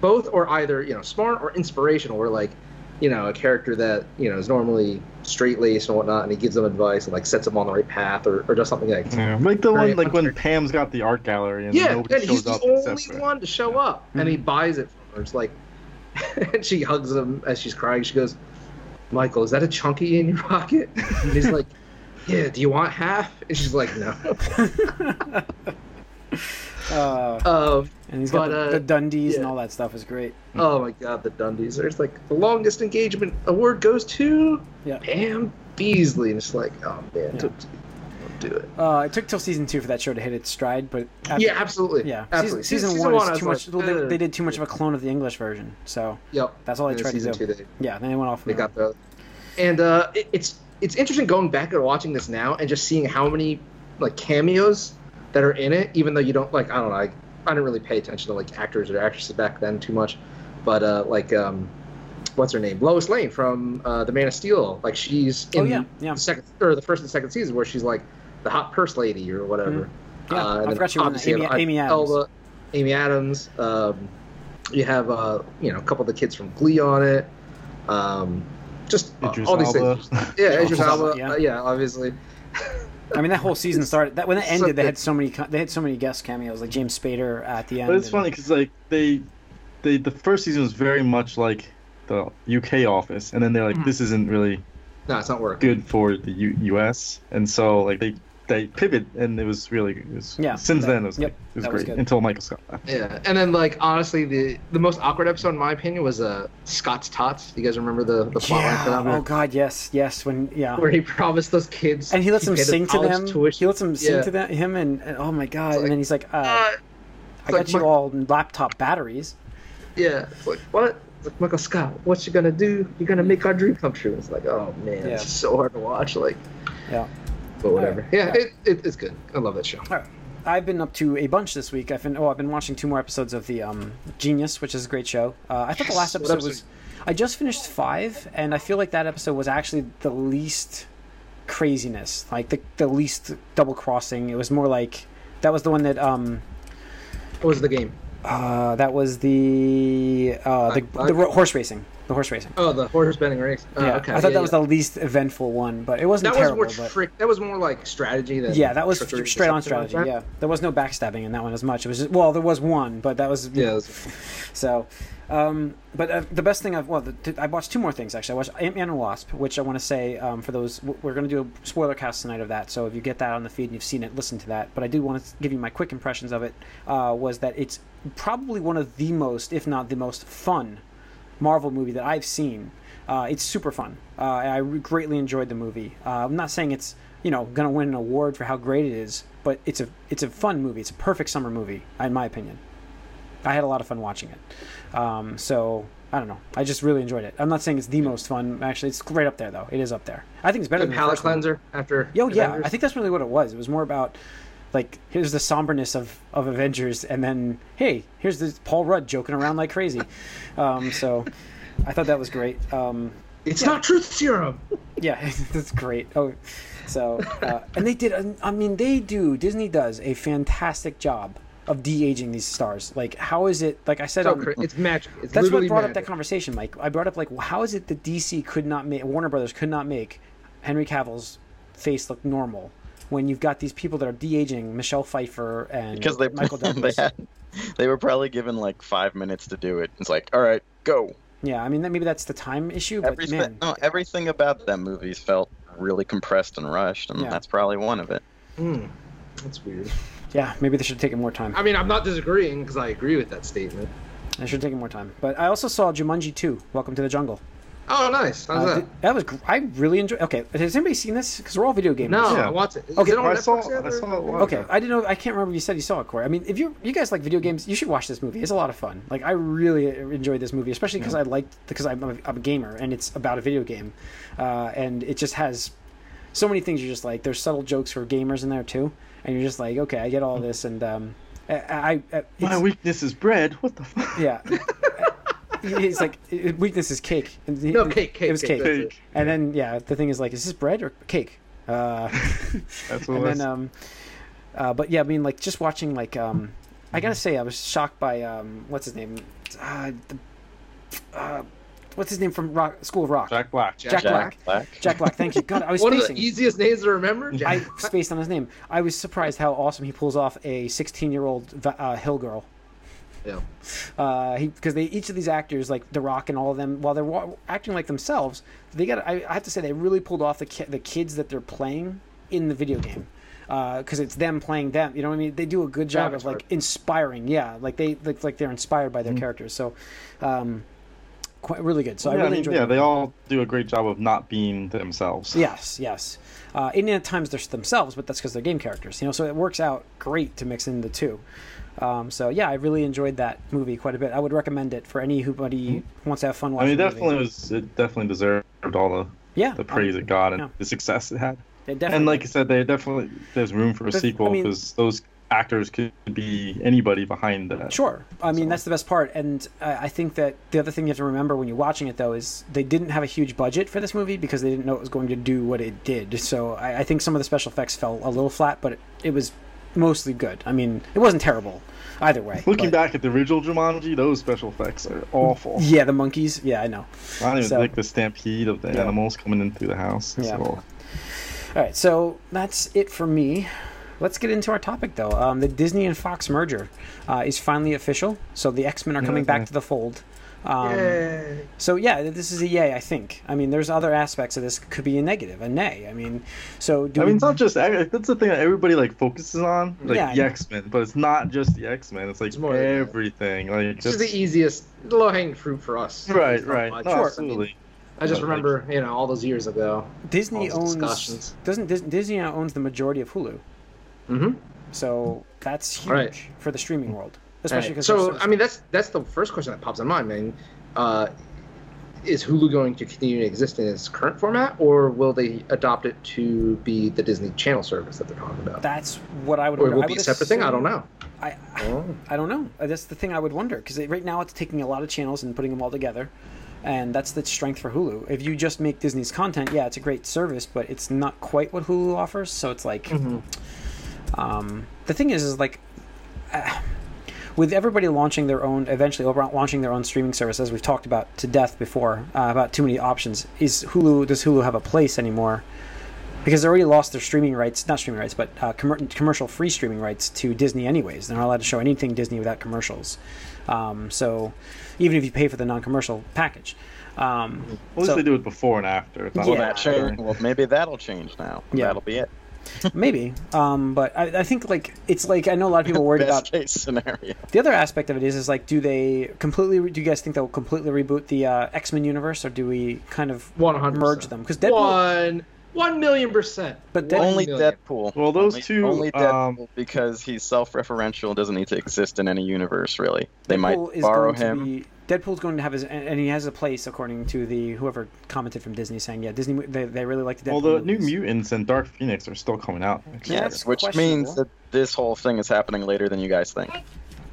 S4: both or either you know smart or inspirational or like you know a character that you know is normally straight laced and whatnot and he gives them advice and like sets them on the right path or, or does something like
S3: Yeah, like the
S4: Right,
S3: one like when
S4: okay.
S3: Pam's got the art gallery and
S4: yeah
S3: nobody
S4: and he's
S3: shows
S4: the
S3: up
S4: only
S3: except for
S4: one to show up and he buys it from her it's like [laughs] and she hugs him as she's crying she goes michael is that a chunky in your pocket and
S3: [laughs]
S4: he's like yeah do you want half and she's like no [laughs]
S1: Uh,
S4: um,
S1: and he's got
S4: But,
S1: the,
S4: uh,
S1: the Dundies and
S4: yeah.
S1: all that stuff is great.
S4: oh my god the dundies there's like the longest engagement award goes to
S1: Yeah.
S4: Pam Beasley, and it's like, oh man,
S1: Yeah.
S4: don't, don't do it.
S1: Uh, it took till season two for that show to hit its stride, but at-
S4: yeah, absolutely.
S1: yeah. Season,
S4: absolutely.
S1: season one is
S4: I was
S1: too
S4: like,
S1: much. well, they,
S4: eh.
S1: they did too much of a clone of the English version, so
S4: Yep.
S1: that's all they
S4: And
S1: tried to do.
S4: season Two, they,
S1: Yeah, then they went off.
S4: they
S1: and
S4: got the, and uh, it, it's it's interesting going back and watching this now and just seeing how many like cameos that are in it, even though you don't like. I don't know. I, I didn't really pay attention to like actors or actresses back then too much, but uh, like um, what's her name, Lois Lane from uh, The Man of Steel. Like she's in
S1: Oh yeah, yeah.
S4: the second or the first and second season where she's like the hot purse lady or whatever.
S1: Mm-hmm.
S4: Uh,
S1: Yeah, I
S4: and then
S1: forgot she was in
S4: obviously
S1: Amy-
S4: you have
S1: Amy
S4: Idris
S1: Adams.
S4: Elba, Amy Adams. Um, you have uh, you know a couple of the kids from Glee on it. Um, just uh,
S3: Idris
S4: all these
S3: Elba.
S4: things. Yeah, Idris Elba.
S1: Yeah.
S4: Yeah. Uh, yeah, obviously.
S1: I mean, that whole season started. That when it
S4: So
S1: ended, they
S4: good.
S1: had so many. co- They had so many guest cameos, like James Spader at the end.
S3: [laughs] But it's
S1: and-
S3: funny because like they, they the first season was very much like the UK office, and then they're
S4: Hmm.
S3: like, this isn't really
S4: No, it's not working.
S3: good for the U- US, and so like they they pivot, and it was really it was,
S1: Yeah,
S3: Since
S1: that-
S3: then, it was,
S1: yep,
S3: like, it was
S1: that was
S3: great
S1: good.
S3: until Michael Scott. left.
S4: Yeah, and then like honestly, the the most awkward episode in my opinion was uh Scott's Tots. You guys remember the the plot line for
S1: Yeah.
S4: that one?
S1: Oh God, yes, yes. When yeah.
S4: Where he promised those kids,
S1: And he lets them
S4: paid their
S1: sing to
S4: college
S1: them.
S4: tuition.
S1: He lets them sing
S4: Yeah.
S1: to them, him, and, and oh my god! and
S4: like,
S1: then he's like, uh,
S4: Uh,
S1: "I got
S4: like
S1: you
S4: my-
S1: all laptop batteries."
S4: Yeah. It's like, what? It's like, Michael Scott, what you gonna do? You're gonna make our dream come true. It's like, oh man,
S1: Yeah.
S4: it's so hard to watch. Like,
S1: Yeah.
S4: but whatever.
S1: Alright.
S4: Yeah,
S1: Yeah.
S4: It, it, it's good. I love that show.
S1: All right. I've been up to a bunch this week. I've been oh, I've been watching two more episodes of the um, Genius, which is a great show. Uh, I thought the
S4: Yes,
S1: last
S4: what
S1: episode
S4: episode?
S1: was. I just finished five, and I feel like that episode was actually the least craziness, like the the least double crossing. It was more like That was the one that um
S4: What was the game?
S1: uh that was the uh the,
S4: I- I-
S1: the ro- horse racing, the horse racing.
S4: Oh, the horse betting race. Oh,
S1: yeah,
S4: okay.
S1: I thought
S4: yeah,
S1: that was
S4: yeah.
S1: the least eventful one, but it wasn't
S4: that
S1: terrible.
S4: was more
S1: but...
S4: trick. That was more like strategy than
S1: Yeah, that was
S4: trickery or
S1: straight on
S4: something like
S1: strategy. yeah, there was no backstabbing in that one as much. It was just well, there was one, but that was
S4: that. yeah. it was-
S1: [laughs] So, um, but uh, the best thing I've well, the, I watched two more things actually. I watched Ant Man and Wasp, which I want to say um, for those w- we're going to do a spoiler cast tonight of that. So if you get that on the feed and you've seen it, listen to that. But I do want to give you my quick impressions of it. Uh, was that it's probably one of the most, if not the most, fun Marvel movie that I've seen. Uh, it's super fun. Uh, I re- greatly enjoyed the movie. Uh, I'm not saying it's you know going to win an award for how great it is, but it's a it's a fun movie. It's a perfect summer movie, in my opinion. I had a lot of fun watching it. Um, so I don't know. I just really enjoyed it. I'm not saying it's the most fun. Actually, it's right up there though. It is up there. I think it's better
S4: The
S1: than the
S4: palate
S1: first one.
S4: cleanser after.
S1: Yo, yeah.
S4: Avengers.
S1: I think that's really what it was. It was more about like here's the somberness of of Avengers, and then hey, here's this Paul Rudd joking around like crazy. Um, so I thought that was great. Um,
S4: it's not truth
S1: [laughs]
S4: serum.
S1: yeah, that's great. Oh, so uh, and they did. I mean, they do. Disney does a fantastic job of de aging these stars. Like, how is it? Like I said,
S4: So
S1: on-
S4: cra- it's magic. It's
S1: that's what
S4: literally
S1: brought up
S4: magic.
S1: that conversation, Mike. I brought up like, how is it that DC could not make Warner Brothers could not make Henry Cavill's face look normal when you've got these people that are de aging Michelle Pfeiffer and
S2: because they
S4: [laughs]
S1: Michael
S2: [laughs] they
S1: Douglas.
S2: had they were probably given like five minutes to do it. It's like, all right, go.
S1: yeah, I mean that, maybe that's the time issue, but
S2: Everything,
S1: man,
S2: no, everything about that movie felt really compressed and rushed, and
S1: Yeah.
S2: that's probably one of it.
S4: Hmm. That's weird.
S1: yeah, maybe they should have taken more time.
S4: I mean, I'm not disagreeing because I agree with that statement.
S1: I should have taken more time. But I also saw Jumanji 2, Welcome to the Jungle.
S4: Oh, nice. How's
S1: Uh,
S4: that?
S1: th- that was gr- I really enjoyed. Okay, has anybody seen this? Because we're all video gamers.
S4: No,
S3: Yeah.
S4: I want it. Is
S1: Okay,
S4: it on
S3: I
S4: Netflix
S3: saw,
S4: yet,
S3: I
S4: or-
S3: saw it. once.
S1: Okay, I didn't know. I can't remember if you said you saw it, Corey. I mean, if you you guys like video games, you should watch this movie. It's a lot of fun. Like I really enjoyed this movie, especially because I liked because I'm a, I'm a gamer and it's about a video game, uh, and it just has so many things. You're just like there's subtle jokes for gamers in there too, and you're just like, okay, I get all this, and um, I, I, I it's,
S3: My weakness is bread. What the
S1: [laughs]
S3: fuck?
S1: yeah. It's like it- weakness is cake. And he-
S4: No, cake, cake,
S1: It was
S4: cake,
S1: cake.
S4: that's
S3: Cake.
S1: And then yeah, the thing is like, is this bread or cake?
S4: [laughs]
S1: Uh,
S3: That's what
S1: and
S3: it was.
S1: then um, uh, but yeah, I mean like just watching like um, I gotta say I was shocked by um, what's his name? Uh, the, uh, what's his name from Rock School of Rock?
S3: Jack Black.
S4: Jack-
S1: Jack Black.
S2: Jack Black.
S1: Jack Black. Thank you. God, I was
S4: One of
S1: spacing.
S4: the easiest names to remember.
S1: I
S4: Jack.
S1: spaced on his name. I was surprised how awesome he pulls off a 16-year-old uh, hill girl.
S4: Yeah.
S1: uh, he because they each of these actors like The Rock and all of them while they're wa- acting like themselves they got I, I have to say they really pulled off the ki- the kids that they're playing in the video game because it's them playing them you know what I mean they do a good job of
S4: Avatar.
S1: like inspiring yeah like they like, like they're inspired by their
S3: Mm-hmm.
S1: characters so um quite really good so I
S3: yeah,
S1: really
S3: I mean,
S1: enjoyed
S3: yeah,
S1: it.
S3: they all do a great job of not being themselves.
S1: Yes, yes. Uh, and at times they're themselves, but that's because they're game characters, you know. So it works out great to mix in the two. Um, so yeah, I really enjoyed that movie quite a bit. I would recommend it for any who who wants to have fun
S3: Mm-hmm. I
S1: watching.
S3: mean, it
S1: the movie.
S3: definitely was. It definitely deserved all
S1: yeah,
S3: the, the praise it got and
S1: Um, yeah.
S3: the success it had.
S1: I- it definitely.
S3: And like I said, there definitely there's room for a
S1: There's-
S3: sequel
S1: I mean-
S3: because those actors could be anybody behind that.
S1: Sure. I mean,
S3: So-
S1: that's the best part. And I I think that the other thing you have to remember when you're watching it, though, is they didn't have a huge budget for this movie because they didn't know it was going to do what it did. So I, I think some of the special effects fell a little flat, but it, it was mostly good. I mean, it wasn't terrible either way.
S3: Looking
S1: but-
S3: back at the original Jumanji, those special effects are awful.
S1: Yeah, the monkeys. Yeah, I know.
S3: I don't even
S1: So-
S3: like the stampede of the
S1: Yeah.
S3: animals coming in through the house.
S1: Yeah.
S3: So,
S1: All right, so that's it for me. Let's get into our topic, though. Um, the Disney and Fox merger uh, is finally official, so the X Men are coming back
S3: Mhm.
S1: to the fold. Um,
S4: Yay.
S1: So yeah, this is a yay. I think. I mean, there's other aspects of this that could be a negative, a nay. I mean, so do
S3: I
S1: we,
S3: mean, it's not just that's the thing that everybody like focuses on, like
S1: Yeah.
S3: the X Men, but it's not just the X Men. It's like
S4: It's more than that.
S3: everything. Like
S4: This is
S3: just,
S4: the easiest low hanging fruit for us.
S3: right,
S4: It's not
S3: right,
S4: much.
S3: no,
S4: I mean,
S3: absolutely.
S4: I just
S3: But, like-
S4: remember, you know, all those years ago.
S1: Disney
S4: all those
S1: owns
S4: discussions.
S1: doesn't Dis- Disney now owns the majority of Hulu,
S4: Mm-hmm.
S1: so that's huge
S4: Right.
S1: for the streaming world, especially because
S4: so I mean, that's that's the first question that pops in my mind. Uh, is Hulu going to continue to exist in its current format, or will they adopt it to be the Disney Channel service that they're talking about?
S1: that's what I would.
S4: or it
S1: wonder.
S4: will
S1: I
S4: be a
S1: would
S4: separate thing? I don't
S1: assume-
S4: know.
S1: I,
S4: Oh.
S1: I don't know. Uh, That's the thing I would wonder because right now it's taking a lot of channels and putting them all together, and that's the strength for Hulu. If you just make Disney's content, yeah, it's a great service, but it's not quite what Hulu offers. So it's like, Um, the thing is, is like uh, with everybody launching their own, eventually over- launching their own streaming service, as we've talked about to death before uh, about too many options. Is Hulu? Does Hulu have a place anymore? Because they already lost their streaming rights, not streaming rights, but uh, commer commercial free streaming rights to Disney, anyways. They're not allowed to show anything Disney without commercials. Um, so even if you pay for the non commercial package. Um,
S3: At least
S1: so-
S3: they do it before and after. It's not
S1: Yeah.
S2: Will
S3: like
S2: that change? Well, maybe that'll change now.
S1: Yeah.
S2: That'll be it.
S1: maybe um, but I, I think like it's like i know a lot of people worried
S2: Best
S1: about
S2: case scenario.
S1: the other aspect of it is is like do they completely do you guys think they'll completely reboot the uh, x-men universe or do we kind of
S4: 100%.
S1: merge them because deadpool
S4: One, one million percent.
S1: But
S4: One
S1: Deadpool-
S2: Only
S4: million.
S2: Deadpool.
S3: Well, those
S2: only,
S3: two,
S2: Only
S3: um,
S2: Deadpool because he's self-referential. Doesn't need to exist in any universe, really. They
S1: Deadpool
S2: might borrow
S1: going to
S2: him.
S1: be- deadpool's going to have his and and he has a place according to the whoever commented from disney saying yeah disney they, they really like the deadpool
S3: well, the New
S1: movies.
S3: Mutants and Dark Phoenix are still coming out. actually.
S1: That's
S2: Yes, which means
S1: questionable.
S2: that this whole thing is happening later than you guys think.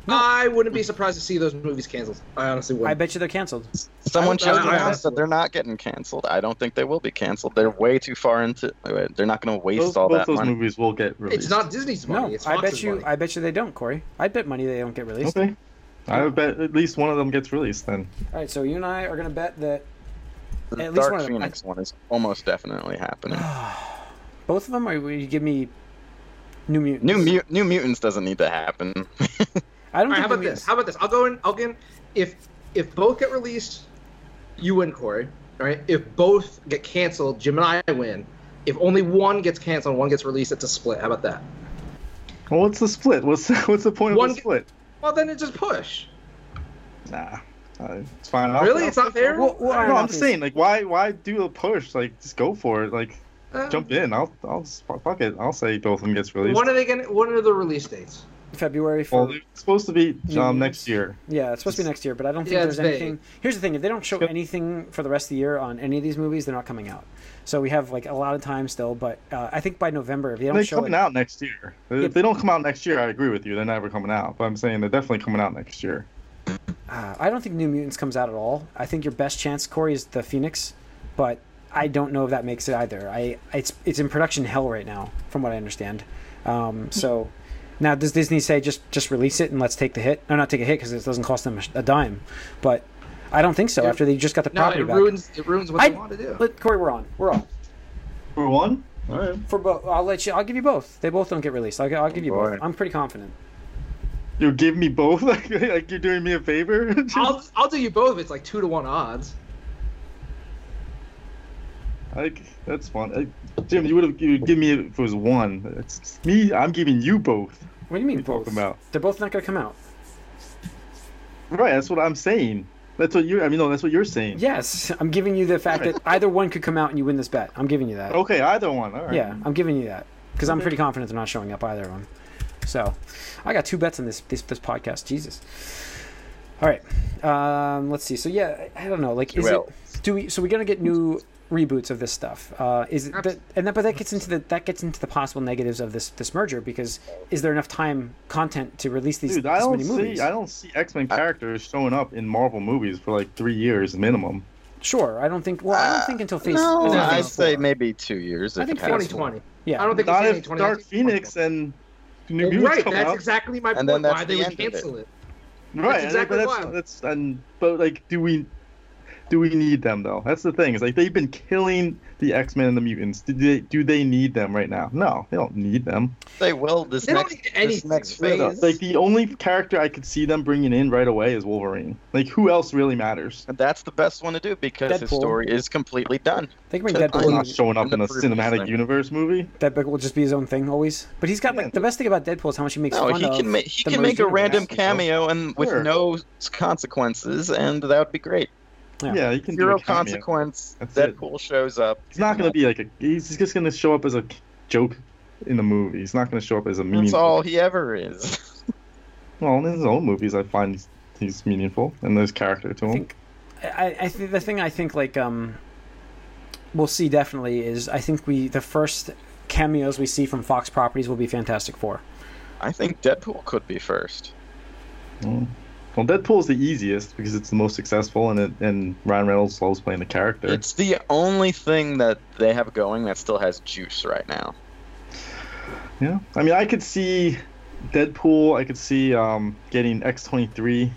S4: I wouldn't be surprised to see those movies canceled. I honestly
S1: i
S4: wouldn't.
S1: bet you they're canceled
S2: Someone
S4: I-
S2: just
S4: I- I
S2: announced that they're not getting canceled. I don't think they will be canceled. They're way too far into. They're not going to waste
S3: Those,
S2: all
S3: both
S2: that
S3: those
S2: money.
S3: movies will get released.
S4: it's not Disney's money.
S1: no
S4: it's
S1: i
S4: Fox's
S1: bet you
S4: money.
S1: i bet you they don't corey i bet money they don't get released
S3: Okay. I would bet at least one of them gets released then.
S1: all right so you and i are going to bet that
S2: The
S1: at least
S2: Dark
S1: one of them- Ah,
S2: Phoenix one is almost definitely happening.
S1: both of them are will you give me new mutants
S2: New Mut- New Mutants doesn't need to happen. [laughs]
S1: i don't think
S4: All right, how
S1: New
S4: about this?
S1: Mutants-
S4: How about this? I'll go in. I'll give. If if both get released, you win, Corey. All right. If both get canceled, Jim and I win. If only one gets canceled, and one gets released, it's a split. How about that?
S3: Well, what's the split? What's [laughs] what's the point of
S4: One-
S3: the split?
S4: Well, then it just push.
S3: Nah, uh, it's fine. I'll-
S4: really,
S3: I'll-
S4: it's not fair.
S1: Well, well, I-
S3: no,
S1: not
S3: I'm just
S1: these.
S3: saying, like, why, why do a push? Like, just go for it. Like,
S4: Uh,
S3: jump in. I'll, I'll, just- fuck it. I'll say both of them gets released.
S4: When are they gonna? When are the release dates?
S1: february
S3: well,
S1: for
S3: they're supposed to be
S1: Mutants.
S3: um, next year.
S1: Yeah, it's supposed to be next year, but I don't think
S4: Yeah,
S1: there's
S4: it's vague.
S1: anything. Here's the thing: if they don't show
S3: Yep.
S1: anything for the rest of the year on any of these movies, they're not coming out. So we have like a lot of time still, but uh, I think by November, if they don't
S3: They're
S1: show
S3: coming
S1: it,
S3: out next year. If they don't come out next year, I agree with you. They're never coming out. But I'm saying they're definitely coming out next year.
S1: Uh, I don't think New Mutants comes out at all. I think your best chance, Corey, is the Phoenix, but I don't know if that makes it either. I it's it's in production hell right now, from what I understand. Um, so now does Disney say just just release it and let's take the hit? No, not take a hit because it doesn't cost them a, sh- a dime, but. I don't think so.
S4: Yeah.
S1: After they just got the
S4: No,
S1: property
S4: it
S1: back,
S4: ruins. It ruins what
S1: I-
S4: they want to do.
S1: But Corey, we're on. We're on.
S3: For one? All right.
S1: For both, I'll let you. I'll give you both. They both don't get released. I'll, I'll give you both.
S2: boy.
S1: I'm pretty confident.
S3: You give me both? [laughs] Like, like you're doing me a favor? [laughs]
S4: I'll I'll do you both. It's like two to one odds.
S3: like, that's fun. Uh, Jim, you would have give me if it was one. It's, it's me. I'm giving you both.
S1: What do you mean
S3: What are you
S1: both?
S3: talking about?
S1: They're both not going to come out.
S3: Right. That's what I'm saying. That's what you're. I mean, no, that's what you're saying.
S1: Yes, I'm giving you the fact that either one could come out and you win this bet. I'm giving you that.
S3: Okay, either one. All right.
S1: Yeah, I'm giving you that because I'm pretty confident they're not showing up either of them. So, I got two bets on this this, this podcast. Jesus. All right. Um, let's see. So yeah, I I don't know. Like, is
S2: Well.
S1: it? Do we? So we're gonna get new reboots of this stuff. Uh, is it? That, and that, but that gets into the that gets into the possible negatives of this this merger because is there enough time content to release these
S3: Dude,
S1: this
S3: I don't
S1: many movies?
S3: see. I don't see X Men characters showing up in Marvel movies for like three years minimum.
S1: Sure, I don't think. Well, I
S3: Ah,
S1: don't think until phase.
S2: no,
S1: until
S2: I'd
S1: phase
S2: say
S1: four.
S2: maybe two years.
S1: I
S2: if
S1: think
S2: it
S4: Twenty
S2: happens.
S1: 2020.
S4: twenty.
S1: Yeah,
S4: I don't think
S3: Not
S4: it's
S3: if
S4: 2020,
S3: Dark
S4: I think it's
S3: Phoenix and New
S4: Well,
S3: Mutants
S4: right.
S3: come
S4: That's
S3: out.
S4: exactly my
S2: And
S4: point.
S2: then that's
S4: why
S2: the
S4: they would
S2: end of it.
S4: cancel it.
S3: right.
S4: that's
S3: and- but
S4: exactly
S3: that's,
S4: why.
S3: that's and but like, do we? Do we need them though? That's the thing. Is like they've been killing the X Men and the mutants. Do they? Do they need them right now? No, they don't need them.
S2: They will this
S4: They don't
S2: next
S4: need
S2: this
S4: anything,
S2: next
S4: really.
S2: phase.
S3: Like the only character I could see them bringing in right away is Wolverine. Like who else really matters?
S2: And that's the best one to do because his
S1: Deadpool.
S2: story is completely done.
S1: They can bring
S2: to-
S1: Deadpool.
S2: I'm
S3: He's
S1: in.
S3: not showing up
S2: And the
S3: in a
S2: previous
S3: cinematic
S2: thing.
S3: universe movie.
S1: Deadpool will just be his own thing always. But he's got like the best thing about Deadpool is how much he makes
S2: No,
S1: fun
S2: he
S1: of
S2: can make he
S1: the
S2: can make a
S1: merged
S2: random
S1: universe.
S2: cameo and with
S3: Sure.
S2: no s- consequences, and that would be great.
S1: Yeah.
S3: Yeah, you can
S2: Zero
S3: do a cameo.
S2: consequence.
S3: That's it.
S2: Deadpool shows up.
S3: He's not going to be like a. He's just going to show up as a joke in the movie. He's not going to show up as a
S2: That's
S3: meaningful.
S2: all he ever is. [laughs]
S3: Well, in his own movies, I find he's, he's meaningful and there's character to
S1: I
S3: him.
S1: think, I, I think the thing I think like um, we'll see definitely is I think we the first cameos we see from Fox properties will be Fantastic Four.
S2: I think Deadpool could be first.
S3: Mm. Well, Deadpool's the easiest because it's the most successful and it, and Ryan Reynolds loves playing the character.
S2: It's the only thing that they have going that still has juice right now.
S3: Yeah, I mean, I could see Deadpool. I could see um, getting X twenty three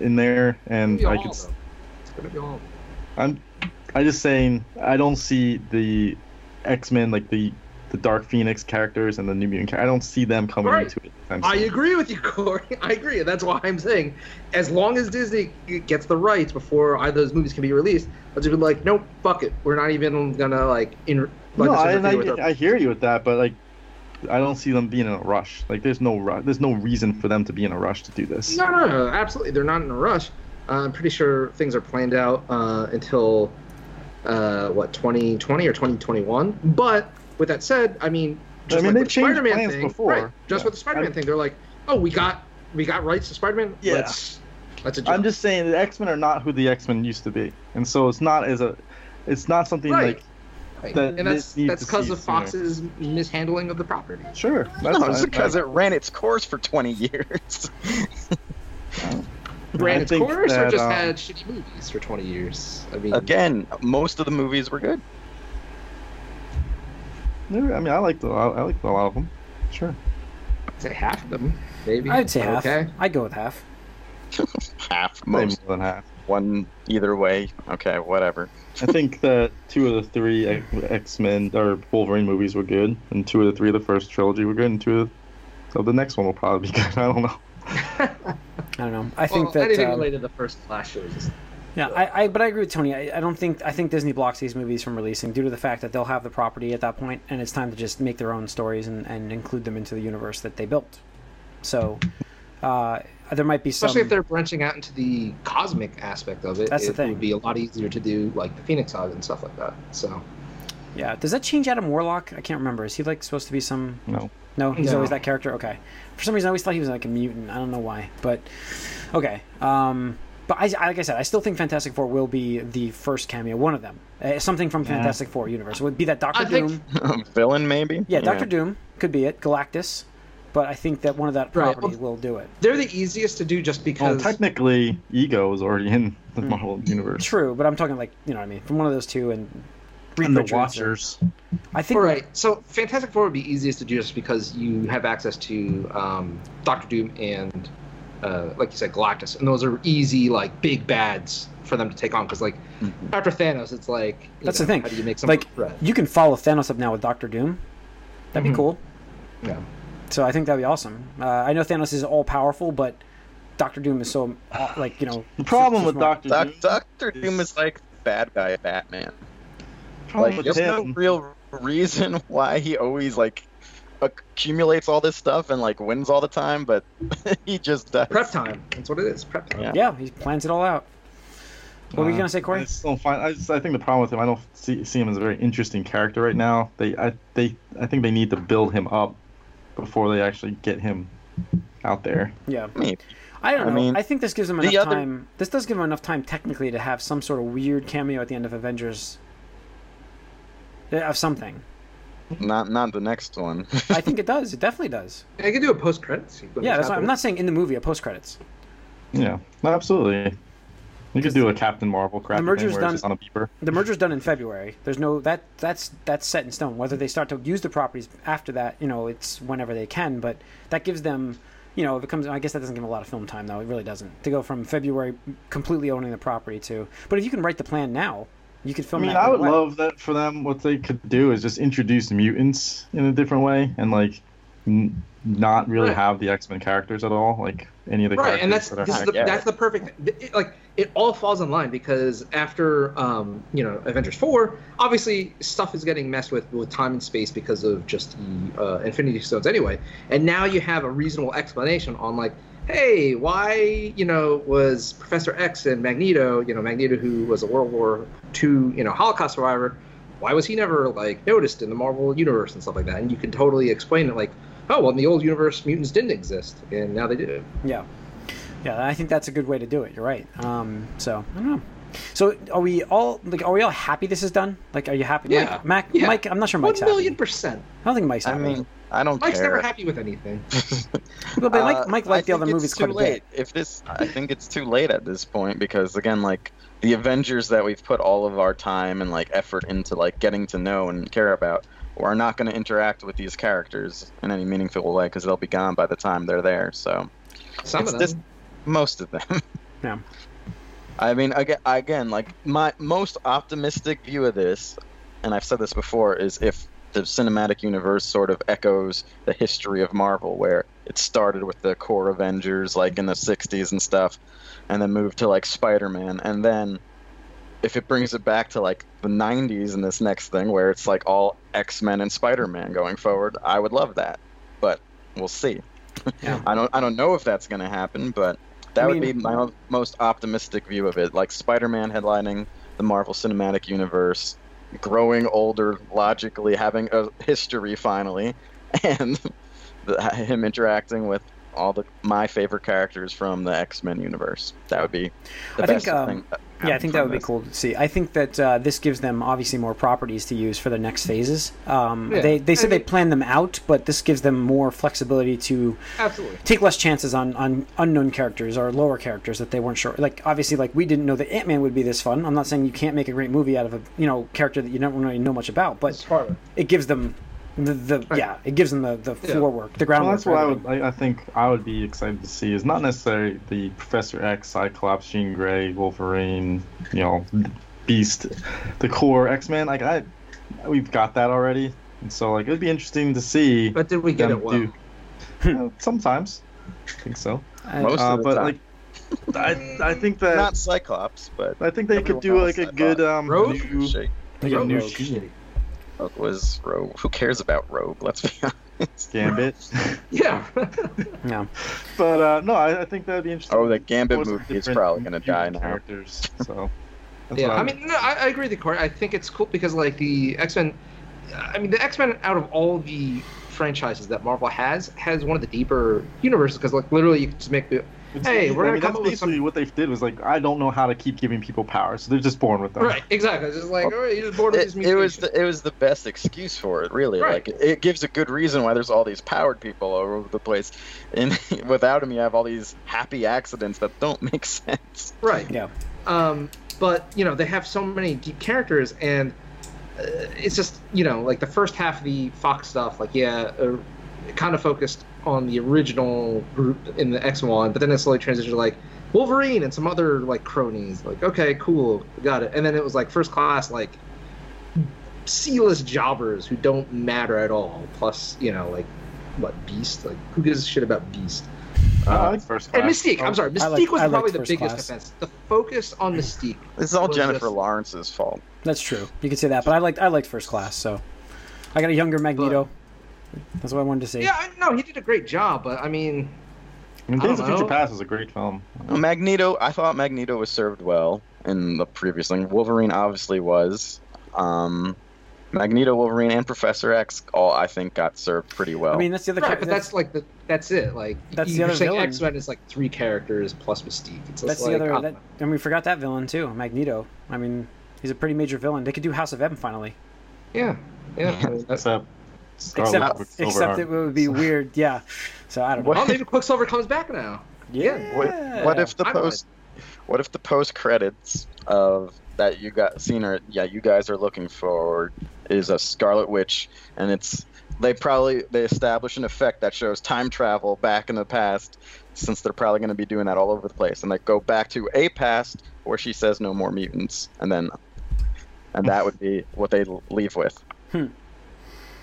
S3: in there, and
S4: Maybe all
S3: I
S4: of
S3: could.
S4: them. It's gonna be all of them.
S3: I'm, I'm just saying I don't see the X Men like the the Dark Phoenix characters and the New Mutant. char- I don't see them coming
S4: Right.
S3: into it. I'm
S4: I
S3: saying.
S4: agree with you, [laughs] Corey. I agree. That's why I'm saying, as long as Disney gets the rights before either of those movies can be released, I'll just be like, nope, fuck it. We're not even gonna like in.
S3: no, I, and
S4: interfere with our-
S3: I, I hear you with that, but like, I don't see them being in a rush. Like, there's no rush. There's no reason for them to be in a rush to do this.
S4: No, no, no, absolutely. They're not in a rush. Uh, I'm pretty sure things are planned out uh, until uh, what 2020 or 2021. But with that said, I mean, just
S3: I mean,
S4: like
S3: they've
S4: with the
S3: changed
S4: Spider-Man
S3: plans
S4: thing,
S3: before.
S4: right, Just
S3: Yeah.
S4: with the Spider-Man
S3: I'm-
S4: thing, they're like, oh, we got we got rights to Spider-Man.
S3: Yeah.
S4: Let's, let's
S3: I'm just saying the X Men are not who the X Men used to be, and so it's not as a, it's not something
S4: Right.
S3: like
S4: Right.
S3: that
S4: and that's
S3: Disney
S4: that's
S3: to
S4: because
S3: see
S4: of
S3: it sooner.
S4: Fox's mishandling of the property.
S3: sure. That's
S2: [laughs] No,
S3: fine.
S2: it's because it ran its course for
S3: [laughs]
S2: 20 [laughs] years.
S4: Ran its
S3: think
S4: course, or
S3: that,
S4: just
S3: um,
S4: had shitty movies for 20 years. I mean,
S2: Again, most of the movies were good. [laughs]
S3: No, I mean, I liked a lot- I liked a lot of them. Sure.
S4: I'd say half of them, maybe.
S1: I'd say half.
S4: Okay.
S1: I'd go with half.
S2: Half,
S3: Maybe
S2: most,
S3: more than half.
S2: one either way. Okay, whatever. [laughs]
S3: I think [laughs] that two of the three X Men or Wolverine movies were good, and two of the three of the first trilogy were good, and two of the, of the next one will probably be good. [laughs] I don't know.
S1: I don't know. I think
S4: well,
S1: that.
S4: anything
S1: um,
S4: related to the first Flash is
S1: yeah, I, I, but I agree with Tony. I, I don't think I think Disney blocks these movies from releasing due to the fact that they'll have the property at that point, and it's time to just make their own stories and, and include them into the universe that they built. So, uh, there might be some.
S4: especially if they're branching out into the cosmic aspect of it.
S1: That's the
S4: it
S1: thing.
S4: would be a lot easier to do like the Phoenix Saga and stuff like that. So
S1: Yeah. Does that change Adam Warlock? I can't remember. Is he like supposed to be some?
S3: No.
S1: No, he's
S4: No.
S1: always that character. Okay. For some reason, I always thought he was like a mutant. I don't know why, but okay. Um, but I, I- like I said, I still think Fantastic Four will be the first cameo, one of them, uh, something from
S3: Yeah.
S1: Fantastic Four universe. It would be that Doctor
S4: I
S1: Doom.
S4: think-
S2: Villain, maybe?
S1: yeah, Doctor Doom could be it. Galactus, but I think that one of that
S4: Right.
S1: property will do it.
S4: they're the easiest to do
S1: Oh,
S4: just
S3: Well,
S4: because
S3: technically, Ego is already in the
S2: Hmm.
S1: Mm.
S3: Marvel universe.
S1: True, but I'm talking like you know what I mean from one of those two and.
S3: And the
S1: Richards or-
S3: Watchers.
S1: I think
S4: All right, so Fantastic Four would be easiest to do just because you have access to um, Doctor Doom and, uh, like you said, Galactus, and those are easy like big bads for them to take on. Because like
S2: Mhm.
S4: after Thanos, it's like you
S1: Mm-hmm. That's
S4: know,
S1: the thing.
S4: How do you make some
S1: Like-
S4: threat?
S1: you can follow Thanos up now with Doctor Doom. That'd be
S3: Mm-hmm.
S4: Mhm.
S1: cool.
S4: Yeah.
S1: So I think that'd be awesome. Uh, I know Thanos is all powerful, but Doctor Doom is so uh, like you know.
S3: The problem with
S1: Doctor.
S3: Doctor
S2: Doc-
S3: Doom.
S2: Doctor Doom is like bad guy Batman.
S1: Oh,
S3: problem
S2: Like,
S3: with
S2: there's no
S3: him-
S2: real reason [laughs] why he always like accumulates all this stuff and like wins all the time, but [laughs] he just does.
S4: Prep time. That's what it is. Prep time.
S2: Yeah.
S1: Yeah, he plans it all out. What were you
S3: Uh,
S1: gonna say, Corey?
S3: I just don't find. I, just, I think the problem with him, I don't see, see him as a very interesting character right now. They, I, they, I think they need to build him up before they actually get him out there.
S1: Yeah,
S2: I mean,
S1: I don't
S2: I
S1: know. I,
S2: mean,
S1: think this gives him
S2: the
S1: enough
S2: other-
S1: time. This does give him enough time technically to have some sort of weird cameo at the end of Avengers. Yeah, Of something,
S2: not not the next one.
S1: I think it does. It definitely does.
S4: I can do a post credit sequence.
S1: Yeah, that's why I'm not saying in the movie. A post credits.
S3: Yeah, no, absolutely. You could do a Captain Marvel crap.
S1: The merger's
S3: where
S1: done-
S3: It's just on a beeper.
S1: The merger's done in February. There's no that that's that's set in stone. Whether they start to use the properties after that, you know, it's whenever they can. But that gives them, you know, if it comes. I guess that doesn't give them a lot of film time though. It really doesn't. To go from February completely owning the property to, but if you can write the plan now, you could
S3: I
S1: film.
S3: mean,
S1: that
S3: I
S1: right
S3: would
S1: away.
S3: love that for them. What they could do is just introduce mutants in a different way and like n- not really
S4: Right.
S3: have the X Men characters at all, like any of the
S4: right
S3: characters
S4: and that's
S3: that are
S4: this is the,
S2: hacked. Yeah.
S4: that's the perfect it- like it all falls in line because after um, you know avengers 4 obviously stuff is getting messed with with time and space because of just the uh, infinity stones anyway and now you have a reasonable explanation on like hey why you know was professor x and magneto you know magneto who was a world war ii you know holocaust survivor why was he never like noticed in the marvel universe and stuff like that and you can totally explain it like oh well in the old universe mutants didn't exist and now they do
S1: Yeah, yeah. I think that's a good way to do it. You're right. Um, so I don't know. So are we all like? Are we all happy this is done? Like, are you happy?
S4: Yeah.
S1: Mike, Mac,
S4: Yeah.
S1: Mike. I'm not sure Mike's
S4: One million
S1: happy.
S4: percent.
S1: I don't think Mike's
S2: [laughs] I
S1: happy.
S2: mean, I don't
S4: Mike's
S2: care.
S4: never happy with anything.
S1: Well, but
S2: Uh,
S1: Mike, Mike liked
S2: I
S1: the other
S2: think it's
S1: movies
S2: too
S1: quite a bit.
S2: late. If this, I think it's too late at this point because again, like the Avengers that we've put all of our time and like effort into like getting to know and care about or are not going to interact with these characters in any meaningful way because they'll be gone by the time they're there. So
S4: Some
S2: it's
S4: of them.
S2: just most of them. [laughs]
S1: Yeah.
S2: I mean, again, again, like my most optimistic view of this, and I've said this before, is if the cinematic universe sort of echoes the history of Marvel, where it started with the core Avengers, like in the '60s and stuff, and then moved to like Spider-Man, and then if it brings it back to like the '90s in this next thing, where it's like all X-Men and Spider-Man going forward, I would love that, but we'll see.
S1: Yeah.
S2: [laughs] I don't, I don't know if that's going to happen, but that
S1: I
S2: would
S1: mean-
S2: be my o- most optimistic view of it. Like Spider-Man headlining the Marvel Cinematic Universe, growing older logically, having a history finally, and the, [laughs] him interacting with all the my favorite characters from the X-Men universe. That would be the
S1: I think,
S2: best
S1: um,
S2: thing.
S1: Yeah, I think that would be cool to see. I think that uh, this gives them obviously more properties to use for their next phases. Um,
S4: Yeah.
S1: They they said
S4: I
S1: they
S4: mean-
S1: plan them out, but this gives them more flexibility to
S4: Absolutely.
S1: take less chances on, on unknown characters or lower characters that they weren't sure. Like obviously, like we didn't know that Ant Man would be this fun. I'm not saying you can't make a great movie out of a you know character that you don't really know much about, but
S4: It's harder.
S1: it gives them the, the yeah, it gives them the the
S4: Yeah.
S1: floor work, the
S3: Well,
S1: groundwork.
S3: that's what I
S1: for
S3: would. I, I think I would be excited to see is not necessarily the Professor X, Cyclops, Jean Grey, Wolverine, you know, Beast, the core X Men. Like I, we've got that already, and so like it would be interesting to see.
S4: But did we get
S3: them
S4: it well?
S3: do- Uh, sometimes, I think so.
S1: everything. I-
S2: Most
S3: Uh,
S2: of the
S3: but
S2: time.
S3: like, I I think that
S2: Uh, not Cyclops, but
S3: I think they could
S2: everyone
S3: do
S2: else,
S3: like a
S2: I
S3: good
S2: thought.
S3: um.
S4: Rogue?
S3: new-
S2: Shake
S3: like a new
S4: Rogue.
S3: shield.
S2: was Rogue. Who cares about Rogue? Let's be [laughs] honest.
S3: Gambit. [laughs]
S4: Yeah. [laughs]
S1: yeah.
S3: but uh, no, I, I think that'd be interesting.
S2: Oh, the Gambit
S3: Or some
S2: movie is
S3: different
S2: probably gonna die now.
S3: Characters,
S2: [laughs]
S3: so. that's
S4: yeah.
S3: what
S4: I mean, no, I, I agree with you, Corey. I think it's cool because, like, the X Men. I mean, the X Men out of all the franchises that Marvel has has one of the deeper universes because, like, literally, you can just make the
S3: It's-
S4: Hey, we're gonna
S3: mean,
S4: come
S3: that's
S4: up with some-
S3: basically what they did was like I don't know how to keep giving people power, so they're just born with them.
S4: right. Exactly. It's just like, all right, you're just born with
S2: it,
S4: these
S2: it was
S4: mutations.
S2: the, it was the best excuse for it really
S4: Right.
S2: like it gives a good reason why there's all these powered people all over the place and [laughs] without him you have all these happy accidents that don't [laughs] make sense
S4: right.
S1: Yeah.
S4: Um, but you know, they have so many deep characters, and uh, it's just you know, like the first half of the Fox stuff, like yeah, uh, it kind of focused on the original group in the X one, but then it slowly transitioned to like Wolverine and some other like cronies. Like okay, cool, got it. And then it was like first class, like C-list jobbers who don't matter at all. Plus, you know, like what Beast? Like who gives a shit about Beast?
S2: Uh,
S3: I like Uh, first
S4: And
S3: class.
S4: Mystique, I'm sorry.
S1: I
S4: Mystique
S1: like-
S4: was
S1: I
S4: probably
S1: liked
S4: the
S1: First
S4: biggest
S1: Class.
S4: offense. The focus on Mystique.
S2: this is all
S4: Was
S2: jennifer
S4: this-
S2: lawrence's fault
S1: That's true. You could say that, but I liked I liked First Class, so I got a younger Magneto. That's what I wanted to say.
S4: Yeah, I- no, he did a great job, but I mean,
S3: I mean,
S4: I don't
S3: Days of Future
S4: know.
S3: Past was a great film.
S2: magneto i thought magneto was served well in the previous thing wolverine obviously was um magneto wolverine and professor x all i think got served pretty well
S1: I mean, that's the other.
S4: right,
S1: char-
S4: but that's like the that's it. Like
S1: That's the
S4: you're
S1: other
S4: saying
S1: villain.
S4: X Men is like three characters plus Mystique. It's just
S1: That's
S4: like, uh,
S1: the
S4: I
S1: other,
S4: don't
S1: that,
S4: know.
S1: and we forgot that villain too, Magneto. I mean, he's a pretty major villain. They could do House of M finally,
S4: yeah, yeah. I mean,
S3: [laughs]
S4: that's- [laughs]
S3: Except Scarlet
S1: except
S3: with Silver
S1: except
S3: Arm.
S1: it would be weird, yeah. So I don't know.
S2: What-
S4: oh, maybe Quicksilver comes back now.
S1: yeah.
S2: What, what if the
S4: I would.
S2: post? What if the post credits of that you got seen or yeah you guys are looking for is a Scarlet Witch and it's they probably they establish an effect that shows time travel back in the past since they're probably going to be doing that all over the place and they go back to a past where she says no more mutants and then and that would be what they leave with.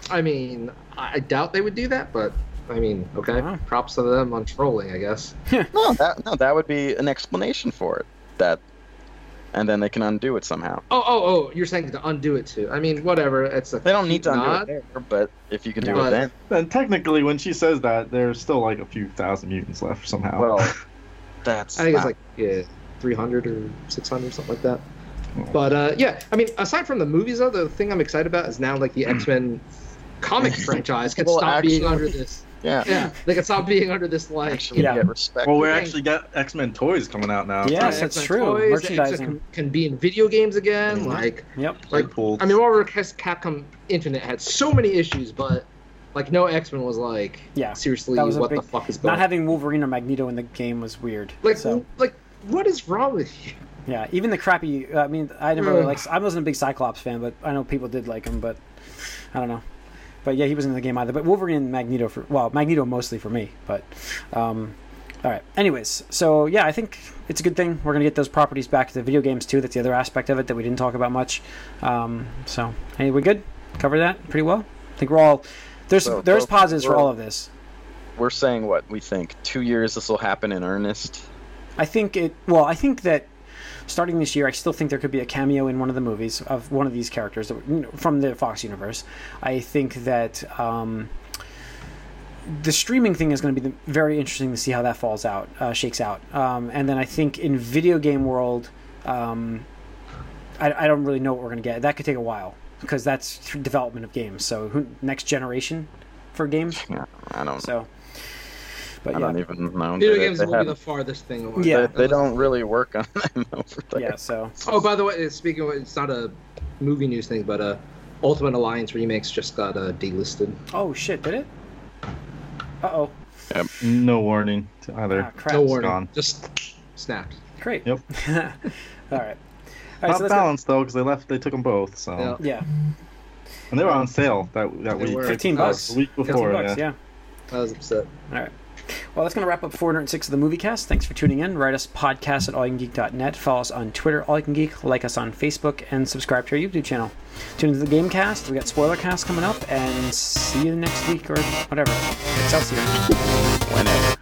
S4: I mean, I I doubt they would do that, but I mean, okay.
S1: Wow.
S4: Props to them on trolling, I guess.
S2: No, that no that would be an explanation for it that and then they can undo it somehow.
S4: Oh, oh, oh! You're saying to undo it too? I mean, whatever. It's a
S2: They don't need to undo
S4: nod.
S2: it there, but if you can do
S4: But-
S2: it then.
S3: And technically, when she says that, there's still like a few thousand mutants left somehow.
S2: Well, that's.
S4: I think it's
S2: not-
S4: like yeah, 300 or 600, something like that.
S1: Hmm.
S4: But uh, yeah, I mean, aside from the movies, though, the thing I'm excited about is now like
S1: Hmm.
S4: the X Men
S1: [laughs]
S4: comic franchise could
S2: Well,
S4: stop being
S2: actually-
S4: under this.
S2: yeah.
S4: Yeah, they could stop being under this like
S2: Actually,
S4: you know,
S1: Yeah.
S2: get respect.
S3: well, we
S4: Dang.
S3: actually got X Men toys coming out now.
S1: Yeah. Yes,
S4: X-Men
S1: that's true.
S4: toys, the X-Men
S1: Merchandising. Mm-hmm.
S4: can, can be in video games again.
S3: Mhm.
S4: Like,
S1: Yep.
S4: like
S3: Deadpool.
S4: I mean, Marvel vs. Capcom Infinite had so many issues, but like no X Men was like
S1: Yeah,
S4: seriously
S1: that was a
S4: what
S1: big-
S4: the fuck is going
S1: Not having Wolverine or Magneto in the game was weird.
S4: like
S1: so
S4: like what is wrong with you?
S1: yeah, even the uh, crappy. I mean, I didn't really like. I wasn't a big Cyclops fan, but I know people did like him. But I don't know. But yeah, he wasn't in the game either. But Wolverine and Magneto for well, Magneto mostly for me. But um, all right. Anyways, so yeah, I think it's a good thing we're gonna get those properties back to the video games too. That's the other aspect of it that we didn't talk about much. Um, so hey, we good? Cover that pretty well. I think we're all there's
S2: So,
S1: there's
S2: both-
S1: positives for
S2: we're-
S1: all of this.
S2: We're saying what we think. Two years this will happen in earnest.
S1: I think it. Well, I think that starting this year, I still think there could be a cameo in one of the movies of one of these characters that, were- from the Fox universe. I think that um, the streaming thing is going to be the, very interesting to see how that falls out, uh, shakes out. Um, and then I think in video game world, um, I, I don't really know what we're going to get. That could take a while because that's through development of games. So who, next generation for games.
S2: Yeah, I don't.
S1: So, but
S2: I
S1: yeah.
S2: don't even know.
S4: Video
S2: They-
S4: games
S2: they
S4: will be the
S2: haven't-
S4: farthest thing away.
S1: Yeah.
S2: They, they don't really work on [laughs] them over there.
S1: yeah, so
S4: Oh, by the way, speaking of, it's not a movie news thing, but uh, Ultimate Alliance remakes just got uh, delisted.
S1: Oh shit, did it? Uh oh.
S3: No warning to
S1: Ah,
S3: either.
S1: crap.
S4: no warning.
S3: gone.
S4: Just snapped.
S1: Great.
S3: Yep.
S1: [laughs] All right. All right,
S3: Not
S1: so that's it.
S3: balanced though, because they left. They took them both. So
S4: Yeah.
S1: Yeah,
S3: and they were on sale that that
S4: They
S3: week.
S4: were.
S3: Like,
S1: 15
S3: uh,
S1: bucks.
S3: The week
S1: 15
S3: before.
S1: bucks,
S3: yeah.
S1: yeah.
S4: I was upset.
S1: Well, that's going to wrap up 406 of the MovieCast. Thanks for tuning in. Write us podcast at allyoucangeek.net. Follow us on Twitter, All You Can Geek. Like us on Facebook, and subscribe to our YouTube channel. Tune into the Gamecast. We got spoiler cast coming up, and see you next week or whatever. Excelsior.
S2: Whenever.